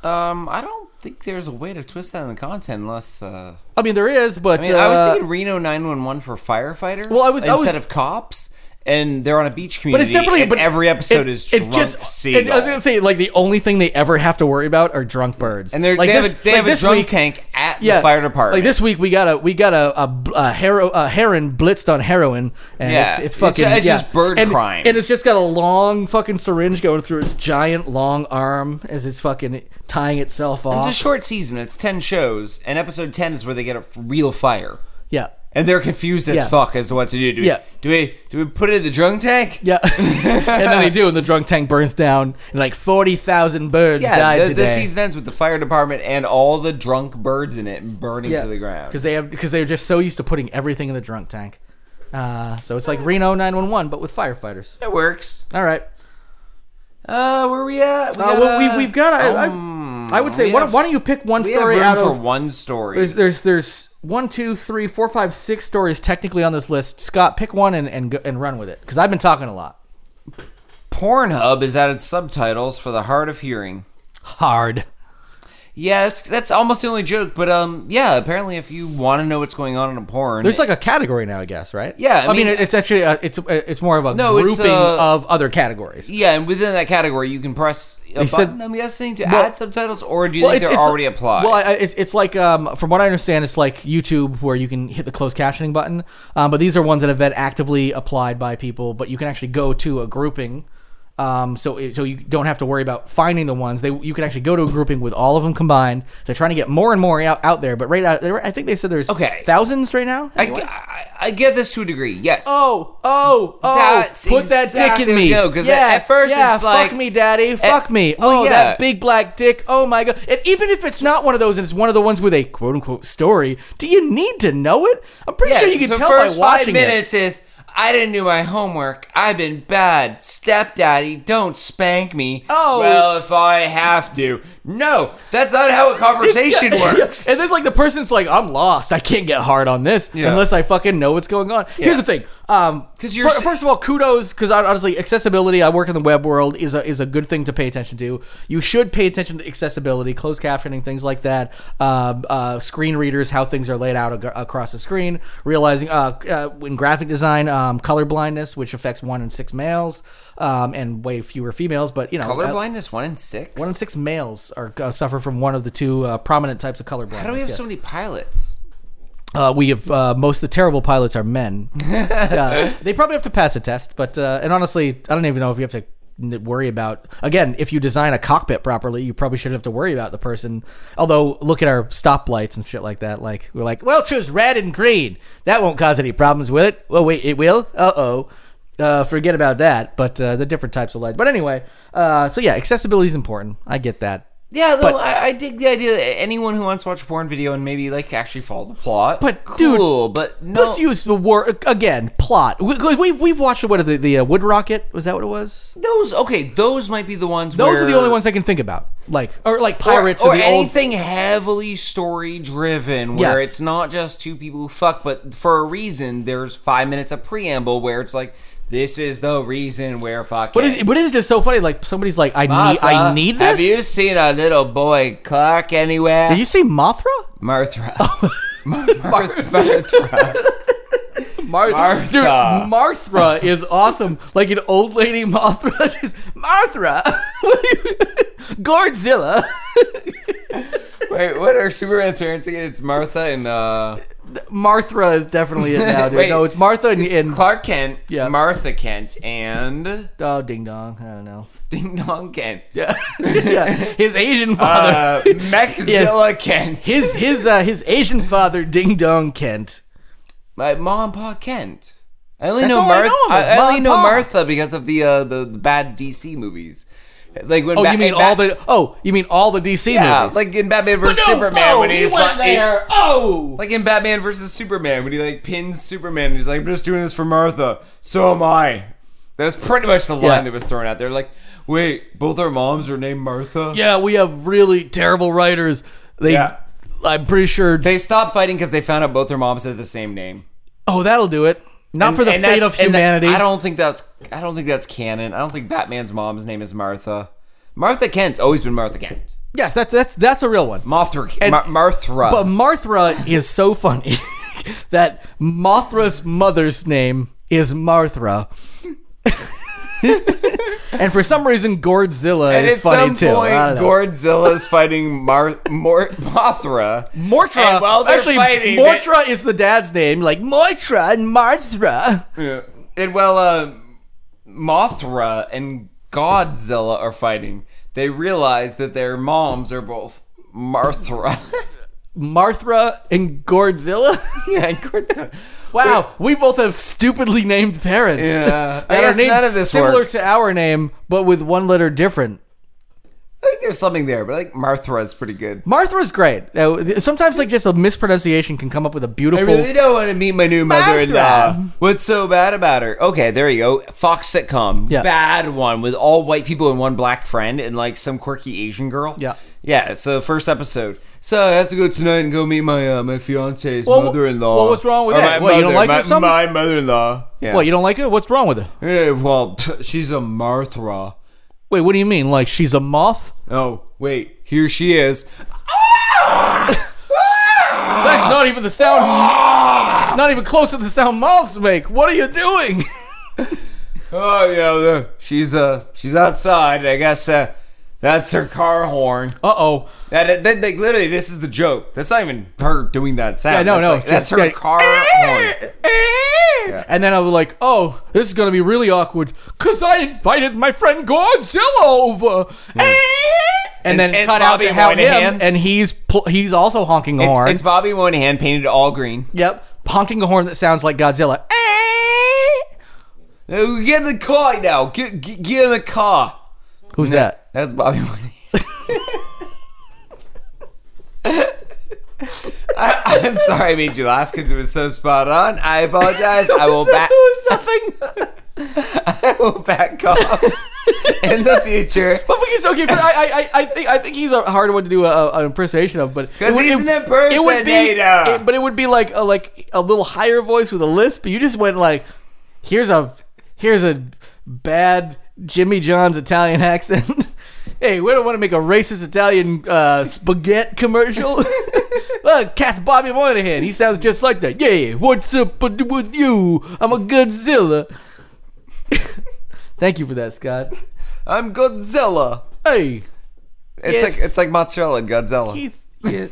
B: Um, I don't think there's a way to twist that in the content unless. Uh,
C: i mean there is but
B: I mean, I
C: uh,
B: was thinking Reno 911 for firefighters.
C: Well, I was- I was-
B: instead of cops, and they're on a beach
C: but
B: community.
C: it's definitely
B: and
C: but
B: every episode
C: it-
B: is drunk
C: and I was gonna
B: seagulls.
C: say like the only thing they ever have to worry about are drunk birds
B: And they're,
C: like
B: they
C: this,
B: have a, they
C: like
B: have a
C: this
B: drunk
C: week-
B: tank at the fire department.
C: Like this week, we got a we got a a, a, hero, a heron blitzed on heroin, and
B: Yeah.
C: it's, it's fucking
B: It's- it's
C: yeah.
B: just bird
C: and,
B: crime.
C: and it's just got a long fucking syringe going through its giant long arm as it's fucking tying itself off.
B: It's a short season. It's ten shows, and episode ten is where they get a f- real fire,
C: yeah,
B: and they're confused as
C: Yeah.
B: fuck as to what to do. Do we,
C: Yeah.
B: do we do we put it in the drunk tank?
C: yeah, *laughs* and then they do, and the drunk tank burns down, and like forty thousand birds died
B: Yeah, the, the
C: today.
B: season ends with the fire department and all the drunk birds in it burning to the ground.
C: because they have because they're just so used to putting everything in the drunk tank. Uh, so it's like Reno 911, but with firefighters.
B: It works.
C: All right.
B: Uh, where we at? We
C: Uh, well, we,
B: uh,
C: we've got. I,
B: um,
C: I, I would say,
B: we
C: why,
B: have-
C: don't- why don't you pick one
B: we have
C: story
B: room
C: out
B: for
C: of
B: one story.
C: There's there's there's one, two, three, four, five, six stories technically on this list. Scott, pick one and and go, and run with it because I've been talking a lot.
B: Pornhub has added subtitles for the hard of hearing.
C: Hard.
B: Yeah, that's that's almost the only joke. But um, yeah, apparently if you want to know what's going on in a porn,
C: There's like a category now, I guess, right?
B: Yeah, I
C: I,
B: mean-
C: mean, it's actually a, it's a, it's more of a
B: No, it's,
C: grouping
B: uh,
C: of other categories.
B: Yeah, and within that category, you can press a
C: They said-
B: button. I'm guessing to
C: Well-
B: add subtitles, or do you think they're already applied?
C: Well, I, I- it's, it's like um, from what I understand, it's like YouTube where you can hit the closed captioning button. Um, but these are ones that have been actively applied by people. But you can actually go to a grouping, um, so it, so you don't have to worry about finding the ones. They you can actually go to a grouping with all of them combined. They're trying to get more and more out, out there. But right out, there, I think they said there's
B: Okay.
C: thousands right now.
B: I, I- I get this to a degree. Yes.
C: Oh, oh, oh!
B: That's
C: put that
B: exactly-
C: dick in me.
B: there we go, 'cause at- at first
C: yeah,
B: it's
C: fuck
B: like-
C: me, daddy, fuck me.
B: well,
C: Oh,
B: yeah.
C: that big black dick. Oh my god! And even if it's not one of those, and it's one of the ones with a quote unquote story, do you need to know it? I'm pretty
B: yeah.
C: sure you can
B: so
C: tell
B: first
C: by watching
B: five minutes is I didn't do my homework. I've been bad. Stepdaddy, don't spank me.
C: Oh.
B: Well, if I have to. No, that's not *laughs* how a conversation
C: it.
B: works.
C: And then like the person's like, I'm lost. I can't get hard on this
B: Yeah.
C: unless I fucking know what's going on. Here's the thing. Um,
B: 'Cause you're
C: fir-
B: s-
C: first of all, kudos because honestly, accessibility. I work in the web world is a is a good thing to pay attention to. You should pay attention to accessibility, closed captioning, things like that. Uh, uh, screen readers, how things are laid out ag- across the screen. Realizing uh, uh, in graphic design, um, color blindness, which affects one in six males um, and way fewer females. But you know,
B: Color
C: uh,
B: blindness, one in six.
C: one in six males are uh, suffer from one of the two uh, prominent types of color blindness.
B: How do we have
C: yes.
B: so many pilots?
C: Uh, we have uh, most of the terrible pilots
B: *laughs*
C: are men. uh, they probably have to pass a test, but uh, and honestly, I don't even know if you have to n- worry about. Again, if you design a cockpit properly, you probably shouldn't have to worry about the person. Although, look at our stoplights and shit like that. Like we're like, well, choose red and green. That won't cause any problems, will it? Well, wait, it will. Uh oh. Uh, forget about that, but uh, the different types of lights. But anyway, uh, so yeah, accessibility is important. I get that.
B: Yeah, though
C: But-
B: I, I dig the idea that anyone who wants to watch a porn video and maybe like actually follow the plot.
C: But, dude,
B: cool, but no.
C: Let's use the word again. Plot. We, we, we've watched what are the the uh, Wood Rocket was that what it was?
B: Those okay, those might be the ones.
C: Those
B: where,
C: are the only ones I can think about. Like or like
B: Or,
C: pirates or,
B: or
C: the
B: anything heavily story driven, where
C: Yes.
B: it's not just two people who fuck, but for a reason. There's five minutes of preamble where it's like, this is the reason we're fucking.
C: old. What is what is this so funny? Like somebody's like I need
B: Martha,
C: I need this.
B: Have you seen a little boy Clark anywhere? *laughs*
C: Did you say Mothra? *laughs*
B: Martha. Mar- Martha.
C: Mar-
B: Martha.
C: Dude, Marthra is awesome. Like an old lady *laughs* Marthra. Just, Marthra. *laughs* What are you- *laughs* Gordzilla.
B: Wait, what are Superman's parents again? It's Martha and uh,
C: Marthra is definitely it now, dude.
B: Wait,
C: no, it's Martha and, and
B: Clark Kent,
C: Yeah.
B: Martha Kent, and *laughs*
C: oh, Ding Dong. I don't know.
B: Ding Dong Kent.
C: Yeah, *laughs* yeah. His Asian
B: Uh,
C: *laughs* father.
B: Mechzilla
C: Yes.
B: Kent.
C: his his uh, his Asian father, Ding Dong Kent.
B: My mom and Pa Kent. I only
C: That's
B: know
C: all I
B: Martha.
C: know of
B: I,
C: is
B: I
C: Ma
B: only
C: and
B: know
C: Pa.
B: Martha because of the uh, the, the bad DC movies. Like when
C: Oh,
B: Bat-
C: you mean
B: in
C: all
B: Bat-
C: the oh, you mean all the DC
B: yeah,
C: movies?
B: like in Batman vs
C: No,
B: Superman
C: oh,
B: when
C: he
B: he's like
C: went there. Oh,
B: Like in Batman versus Superman, when he like pins Superman, and he's like, "I'm just doing this for Martha." So am I. That's pretty much the line
C: Yeah.
B: that was thrown out there. Like, wait, both our moms are named Martha.
C: yeah, we have really terrible writers. They,
B: Yeah.
C: I'm pretty sure.
B: They stopped fighting because they found out both their moms had the same name.
C: oh, that'll do it. Not for the
B: And
C: fate
B: that's-
C: of
B: and that-
C: humanity.
B: I don't think that's. I don't think that's canon. I don't think Batman's mom's name is Martha. Martha Kent's always been Martha Kent.
C: Yes, that's that's that's a real one.
B: Mothra.
C: And-
B: Mar- Marthra.
C: But Marthra is so funny *laughs* that Mothra's mother's name is Marthra. *laughs* and for some reason, Gordzilla
B: and
C: is
B: at
C: funny
B: some
C: too.
B: point,
C: I don't know.
B: Godzilla's fighting Mar- Mor- Mothra.
C: Mortra,
B: And while they're
C: actually,
B: fighting, they-
C: Mortra is the dad's name. Like Mortra and Marthra.
B: Yeah. And while uh, Mothra and Godzilla are fighting, they realize that their moms are both Marthra.
C: Marthra and Gordzilla.
B: *laughs* and Godzilla.
C: wow, we both have stupidly named parents.
B: Yeah. I
C: *laughs* That are
B: guess
C: named
B: none of this
C: similar
B: works.
C: to our name, but with one letter different.
B: I think there's something there, but I think Marthra is pretty good.
C: Marthra's great. Uh, th- Sometimes, like, just a mispronunciation can come up with a
B: I
C: beautiful.
B: really don't want to meet my new mother-in-law. What's so bad about her? Okay, there you go. Fox sitcom,
C: Yeah.
B: bad one with all white people and one black friend and like some quirky Asian girl.
C: Yeah.
B: yeah. So first episode. So I have to go tonight and go meet my uh, my fiance's
C: Well,
B: mother-in-law.
C: well, what's wrong with
B: Or
C: that?
B: my
C: What, you don't
B: mother-
C: like her
B: my,
C: or something?
B: my mother-in-law. Yeah.
C: What, you don't like it? What's wrong with it?
B: Eh, well, *laughs* she's a Marthra.
C: Wait, what do you mean? Like, she's
B: *gasps*
C: a moth?
B: Oh wait, here she is.
C: That's not even the sound. not even close to the sound moths make. What are you doing? *laughs*
B: Oh yeah, the- she's uh she's outside. I guess uh, that's her car horn.
C: Uh oh.
B: That, that, that- literally, this is the joke. That's not even her doing that sound.
C: Yeah, no,
B: that's
C: no.
B: like- that's
C: just
B: her
C: getting- *laughs*
B: car. horn.
C: And then I was like, oh, this is going to be really awkward because I invited my friend Godzilla over. And,
B: And-
C: then
B: and
C: cut out
B: Bobby
C: to have
B: Moynihan.
C: him, and he's pl- he's also honking a horn.
B: It's, it's Bobby Moynihan painted all green.
C: Yep. Honking a horn that sounds like Godzilla.
B: Uh, Get in the car now. Get get, get in the car.
C: Who's that?
B: That's Bobby Moynihan. *laughs* I, I'm sorry I made you laugh because it was so spot on. I
C: *laughs*
B: apologize. I will back.
C: It was nothing.
B: *laughs* I will back
C: *laughs*
B: off in the future.
C: but because okay, but I, I, I think I think he's a hard one to do a, a- an impersonation of. But
B: 'Cause
C: it would-
B: he's
C: it-
B: an impersonator.
C: It would be, it- but it would be like a like a little higher voice with a lisp. You just went like, here's a here's a bad Jimmy John's Italian accent. *laughs* hey, we don't want to make a racist Italian uh, spaghetti commercial. *laughs* Look, cast Bobby Moynihan. He sounds just like that. Yeah, what's up with you? I'm a Godzilla. *laughs* Thank you for that, Scott.
B: I'm Godzilla.
C: Hey,
B: It's
C: Yeah.
B: like it's like mozzarella and Godzilla.
C: Keith. Yeah,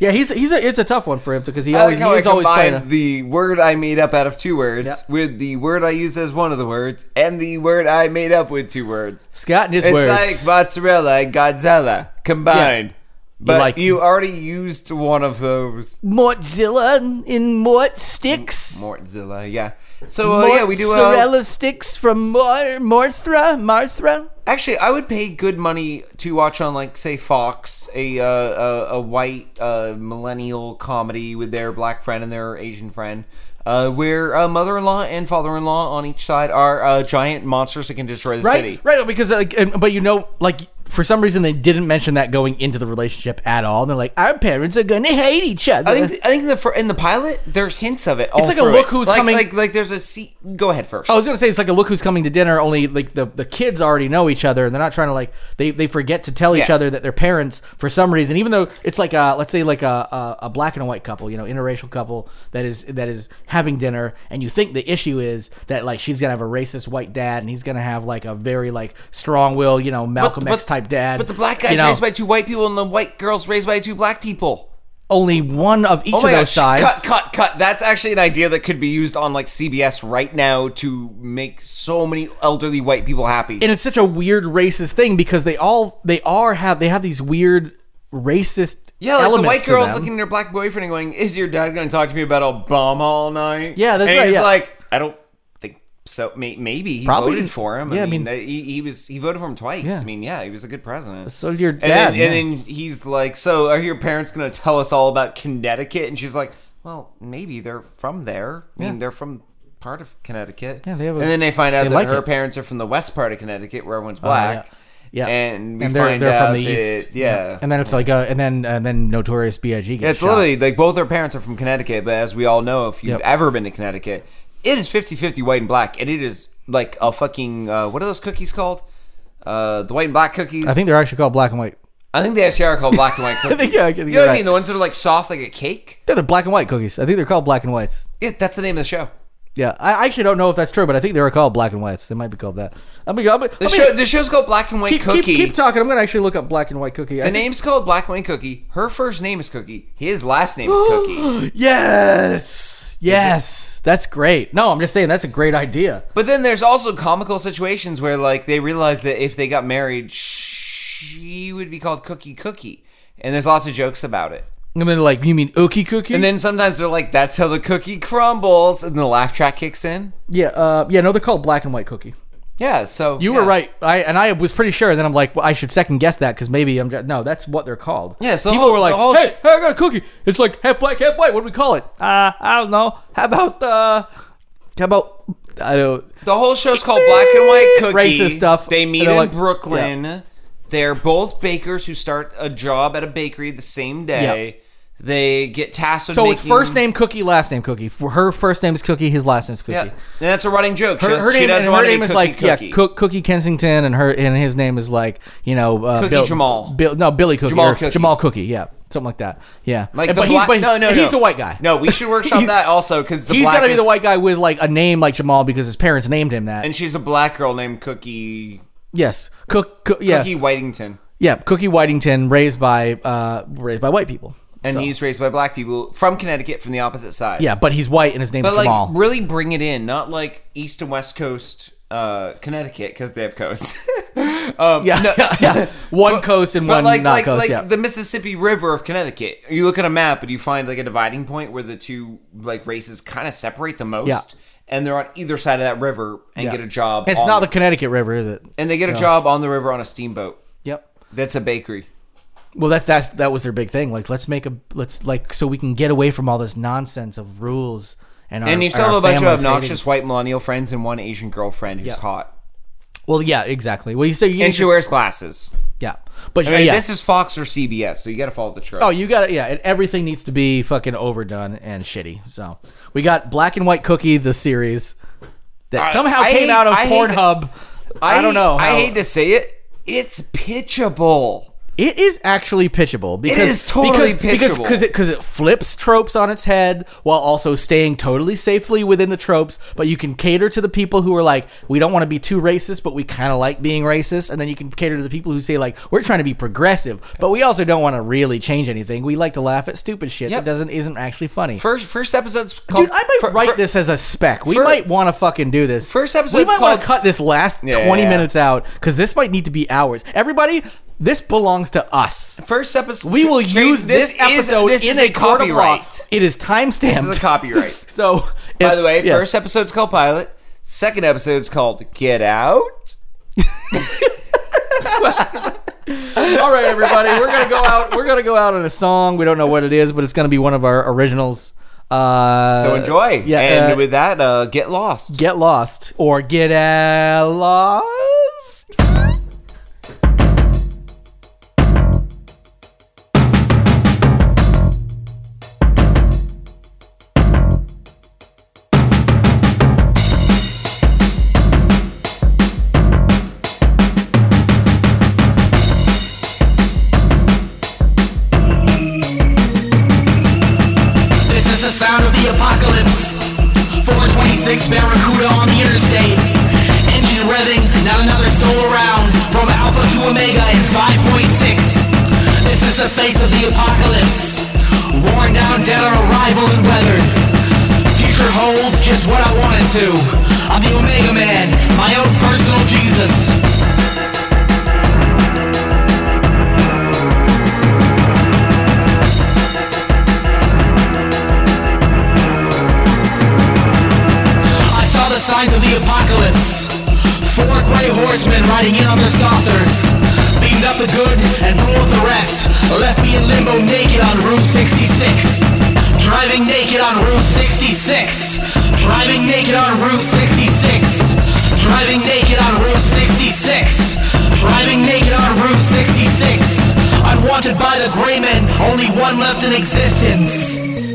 C: yeah he's he's a, it's a tough one for him because he
B: I like
C: always
B: how I
C: he's always playing.
B: combined the word I made up out of two words
C: Yeah.
B: with the word I use as one of the words and the word I made up with two words.
C: a- Scott and his
B: It's
C: words.
B: like mozzarella and Godzilla combined. But you,
C: like-
B: already used one of those.
C: Mortzilla in Mort sticks.
B: Mortzilla, yeah. So uh, yeah, we do. Uh,
C: Mozzarella sticks from Mor- Morthra, Marthra.
B: actually, I would pay good money to watch on, like, say, Fox, a uh, a, a white uh, millennial comedy with their black friend and their Asian friend, uh, where uh, mother-in-law and father-in-law on each side are uh, giant monsters that can destroy the
C: Right,
B: city.
C: right. Because, uh, and- but you know, like for some reason they didn't mention that going into the relationship at all. And they're like, our parents are gonna hate each other.
B: I think I think in the fir- in the pilot there's hints of it. All
C: It's like a
B: through
C: look
B: it.
C: who's
B: like,
C: coming- Oh,
B: Like like there's a seat. Go ahead first.
C: I was gonna say it's like a look who's coming to dinner. Only like the the kids already know each other, and they're not trying to like they they forget to tell each
B: Yeah.
C: other that their parents for some reason. Even though it's like a let's say like a, a a black and white couple, you know, interracial couple that is that is having dinner, and you think the issue is that like she's gonna have a racist white dad, and he's gonna have like a very like strong will, you know, Malcolm X type dad.
B: But the black guy's
C: you know,
B: raised by two white people, and the white girl's raised by two black people.
C: only one of each
B: Oh
C: of
B: my
C: those
B: gosh!
C: sides.
B: Cut, cut, cut! That's actually an idea that could be used on like CBS right now to make so many elderly white people happy.
C: and it's such a weird racist thing because they all they are have they have these weird racist
B: yeah, like the
C: elements
B: white
C: to
B: girl's
C: them.
B: looking at her black boyfriend and going, "Is your dad going to talk to me about Obama all night?"
C: Yeah, that's
B: and
C: right,
B: He's
C: yeah.
B: like, "I don't think so. May- Maybe he
C: Probably-
B: voted for him.
C: yeah,
B: I
C: I
B: mean,
C: mean-
B: that- he, he was he voted for him twice. I mean, yeah, he was a good president.
C: So your
B: And then,
C: dad, yeah.
B: and then he's like, "So are your parents going to tell us all about Connecticut?" And she's like, "Well, maybe they're from there. I mean,
C: Yeah.
B: they're from part of Connecticut."
C: Yeah, they have a-
B: and then they find out
C: they
B: that
C: like
B: her
C: it. Oh,
B: parents are from the west part of Connecticut, where everyone's black.
C: yeah.
B: and we
C: And they're-
B: find
C: they're
B: out
C: from the
B: that-
C: east.
B: Yeah,
C: and then it's like uh, and then and then notorious big gets
B: it's
C: shot.
B: literally like both our parents are from Connecticut, but as we all know, if you've
C: Yep.
B: ever been to Connecticut, it is 50 50 white and black, and it is like a fucking uh, what are those cookies called? Uh, the white and black cookies.
C: I think they're actually called black and white. *laughs*
B: I think they actually are called black and white cookies.
C: think- yeah, *laughs* I
B: you
C: think
B: know
C: you're
B: what I
C: right.
B: mean? The ones that are like soft like a cake.
C: Yeah, they're black and white cookies. I think they're called black and whites.
B: It, that's the name of the show.
C: Yeah, I I actually don't know if that's true, but I think they were called black and whites. They might be called that. I'm gonna, I'm gonna,
B: The,
C: let me-
B: show, the show's called Black and White
C: keep,
B: Cookie.
C: keep, keep talking. I'm gonna actually look up black and white cookie.
B: the name's called Black and White Cookie. Her first name is Cookie. His last name
C: *gasps*
B: is Cookie.
C: Yes, yes, that's great. No, I'm just saying that's a great idea.
B: But then there's also comical situations where like they realize that if they got married, she would be called Cookie Cookie, and there's lots of jokes about it.
C: And then like, you mean ookie cookie?
B: And then sometimes they're like, "That's how the cookie crumbles," and the laugh track kicks in.
C: yeah, uh, yeah, no, they're called black and white cookie.
B: Yeah. So
C: You
B: yeah.
C: were right. I and I was pretty sure. And then I'm like, well, I should second guess that because maybe I'm. ju- No, that's what they're called.
B: Yeah, so the
C: people
B: whole-
C: were like,
B: the whole
C: hey,
B: sh-
C: hey, I got a cookie. It's like half black, half white. What do we call it? Uh, I don't know. How about uh, how about I don't.
B: The whole show's called Black and White Cookie.
C: Racist stuff.
B: They meet
C: They're
B: in
C: like-
B: Brooklyn. They're both bakers who start a job at a bakery the same day. They get tasked with
C: So
B: making,
C: it's first name Cookie, last name Cookie. For Her first name is Cookie. His last name is Cookie.
B: Yeah, and that's a running joke.
C: Her,
B: she,
C: her
B: she
C: name, and
B: doesn't
C: her
B: want to
C: name
B: be
C: is
B: cookie,
C: like
B: cookie.
C: yeah, Cook, Cookie Kensington, and her and his name is like you know uh,
B: Cookie
C: Bill,
B: Jamal.
C: Bill, no Billy Cookie,
B: Jamal
C: or
B: Cookie.
C: Jamal Cookie, yeah, something like that, yeah.
B: Like
C: And-
B: the
C: but
B: black,
C: he's, but
B: no, no,
C: and
B: no.
C: he's the white guy.
B: No, we should
C: *laughs*
B: workshop that also because the
C: He's
B: black
C: got to be
B: is-
C: the white guy with like a name like Jamal because his parents named him that.
B: and she's a black girl named Cookie
C: yes, Cook, Cook- yeah,
B: Cookie Whitington,
C: yeah, Cookie Whitington, raised by uh, raised by white people.
B: and
C: So,
B: he's raised by black people from Connecticut from the opposite side.
C: yeah, but he's white and his name's
B: But like,
C: Jamal.
B: really bring it in, not like East and West Coast uh, Connecticut because they have coasts. *laughs* um,
C: yeah,
B: no-
C: yeah, *laughs* yeah. one coast and
B: But
C: one
B: like,
C: not
B: like,
C: coast.
B: like
C: yeah,
B: the Mississippi River of Connecticut. You look at a map and you find like a dividing point where the two like races kind of separate the most,
C: Yeah.
B: and they're on either side of that river and
C: Yeah.
B: get a job.
C: it's
B: on-
C: not the Connecticut River, is it?
B: and they get a job on the river on a steamboat.
C: Yep.
B: That's a bakery.
C: Well, that's that's that was their big thing. Like, let's make a let's like so we can get away from all this nonsense of rules and our,
B: And you still
C: our
B: have a bunch of
C: families
B: obnoxious
C: hating-
B: white millennial friends and one Asian girlfriend who's
C: Yeah.
B: hot,
C: Well, yeah, exactly. Well, you say you
B: and she wears glasses.
C: yeah, but
B: I mean,
C: yeah.
B: this is Fox or CBS, so you got to follow the tropes.
C: Oh, you got it. Yeah, and everything needs to be fucking overdone and shitty. So we got Black and White Cookie, the series that
B: I-
C: somehow
B: I
C: came
B: hate-
C: out of
B: I hate
C: Pornhub. I, don't
B: hate-
C: know.
B: I
C: how-
B: hate to say it. It's pitchable.
C: It is actually pitchable because
B: is totally
C: because,
B: pitchable.
C: because it because it flips tropes on its head while also staying totally safely within the tropes. But you can cater to the people who are like, we don't want to be too racist, but we kind of like being racist. And then you can cater to the people who say like, we're trying to be progressive, but we also don't want to really change anything. We like to laugh at stupid shit
B: Yep.
C: that doesn't isn't actually funny.
B: First first episode's called.
C: Dude, I might
B: fir-
C: write
B: fir-
C: this as a spec. We
B: fir-
C: might want to fucking do this.
B: First
C: We
B: episode's
C: might want
B: called-
C: to cut this last
B: Yeah.
C: twenty minutes out because this might need to be hours. Everybody, this belongs to us.
B: First episode.
C: We will
B: ch-
C: use this,
B: is-
C: episode
B: this
C: in
B: is
C: a, court of law. It is
B: This is
C: timestamped.
B: a copyright.
C: *laughs* so,
B: By the way,
C: *laughs* yes.
B: first episode's called Pilot. Second episode's called Get Out.
C: all right, everybody, we're gonna go out. We're gonna go out on a song. We don't know what it is, but it's gonna be one of our originals. Uh,
B: So enjoy.
C: Yeah,
B: and
C: uh,
B: with that, uh, get lost.
C: get lost or get uh, lost.
E: to Omega in 5.6. This is the face of the apocalypse. Worn down, dead on arrival and weathered. Future holds just what I wanted to. I'm the Omega Man, my own personal Jesus. I saw the signs of the apocalypse. Four gray horsemen riding in on their saucers. Beamed up the good and ruled the rest. Left me in limbo naked on Route 66. Driving naked on Route 66. Driving naked on Route 66. Driving naked on Route 66. Driving naked on Route 66. Unwanted by the gray men, only one left in existence.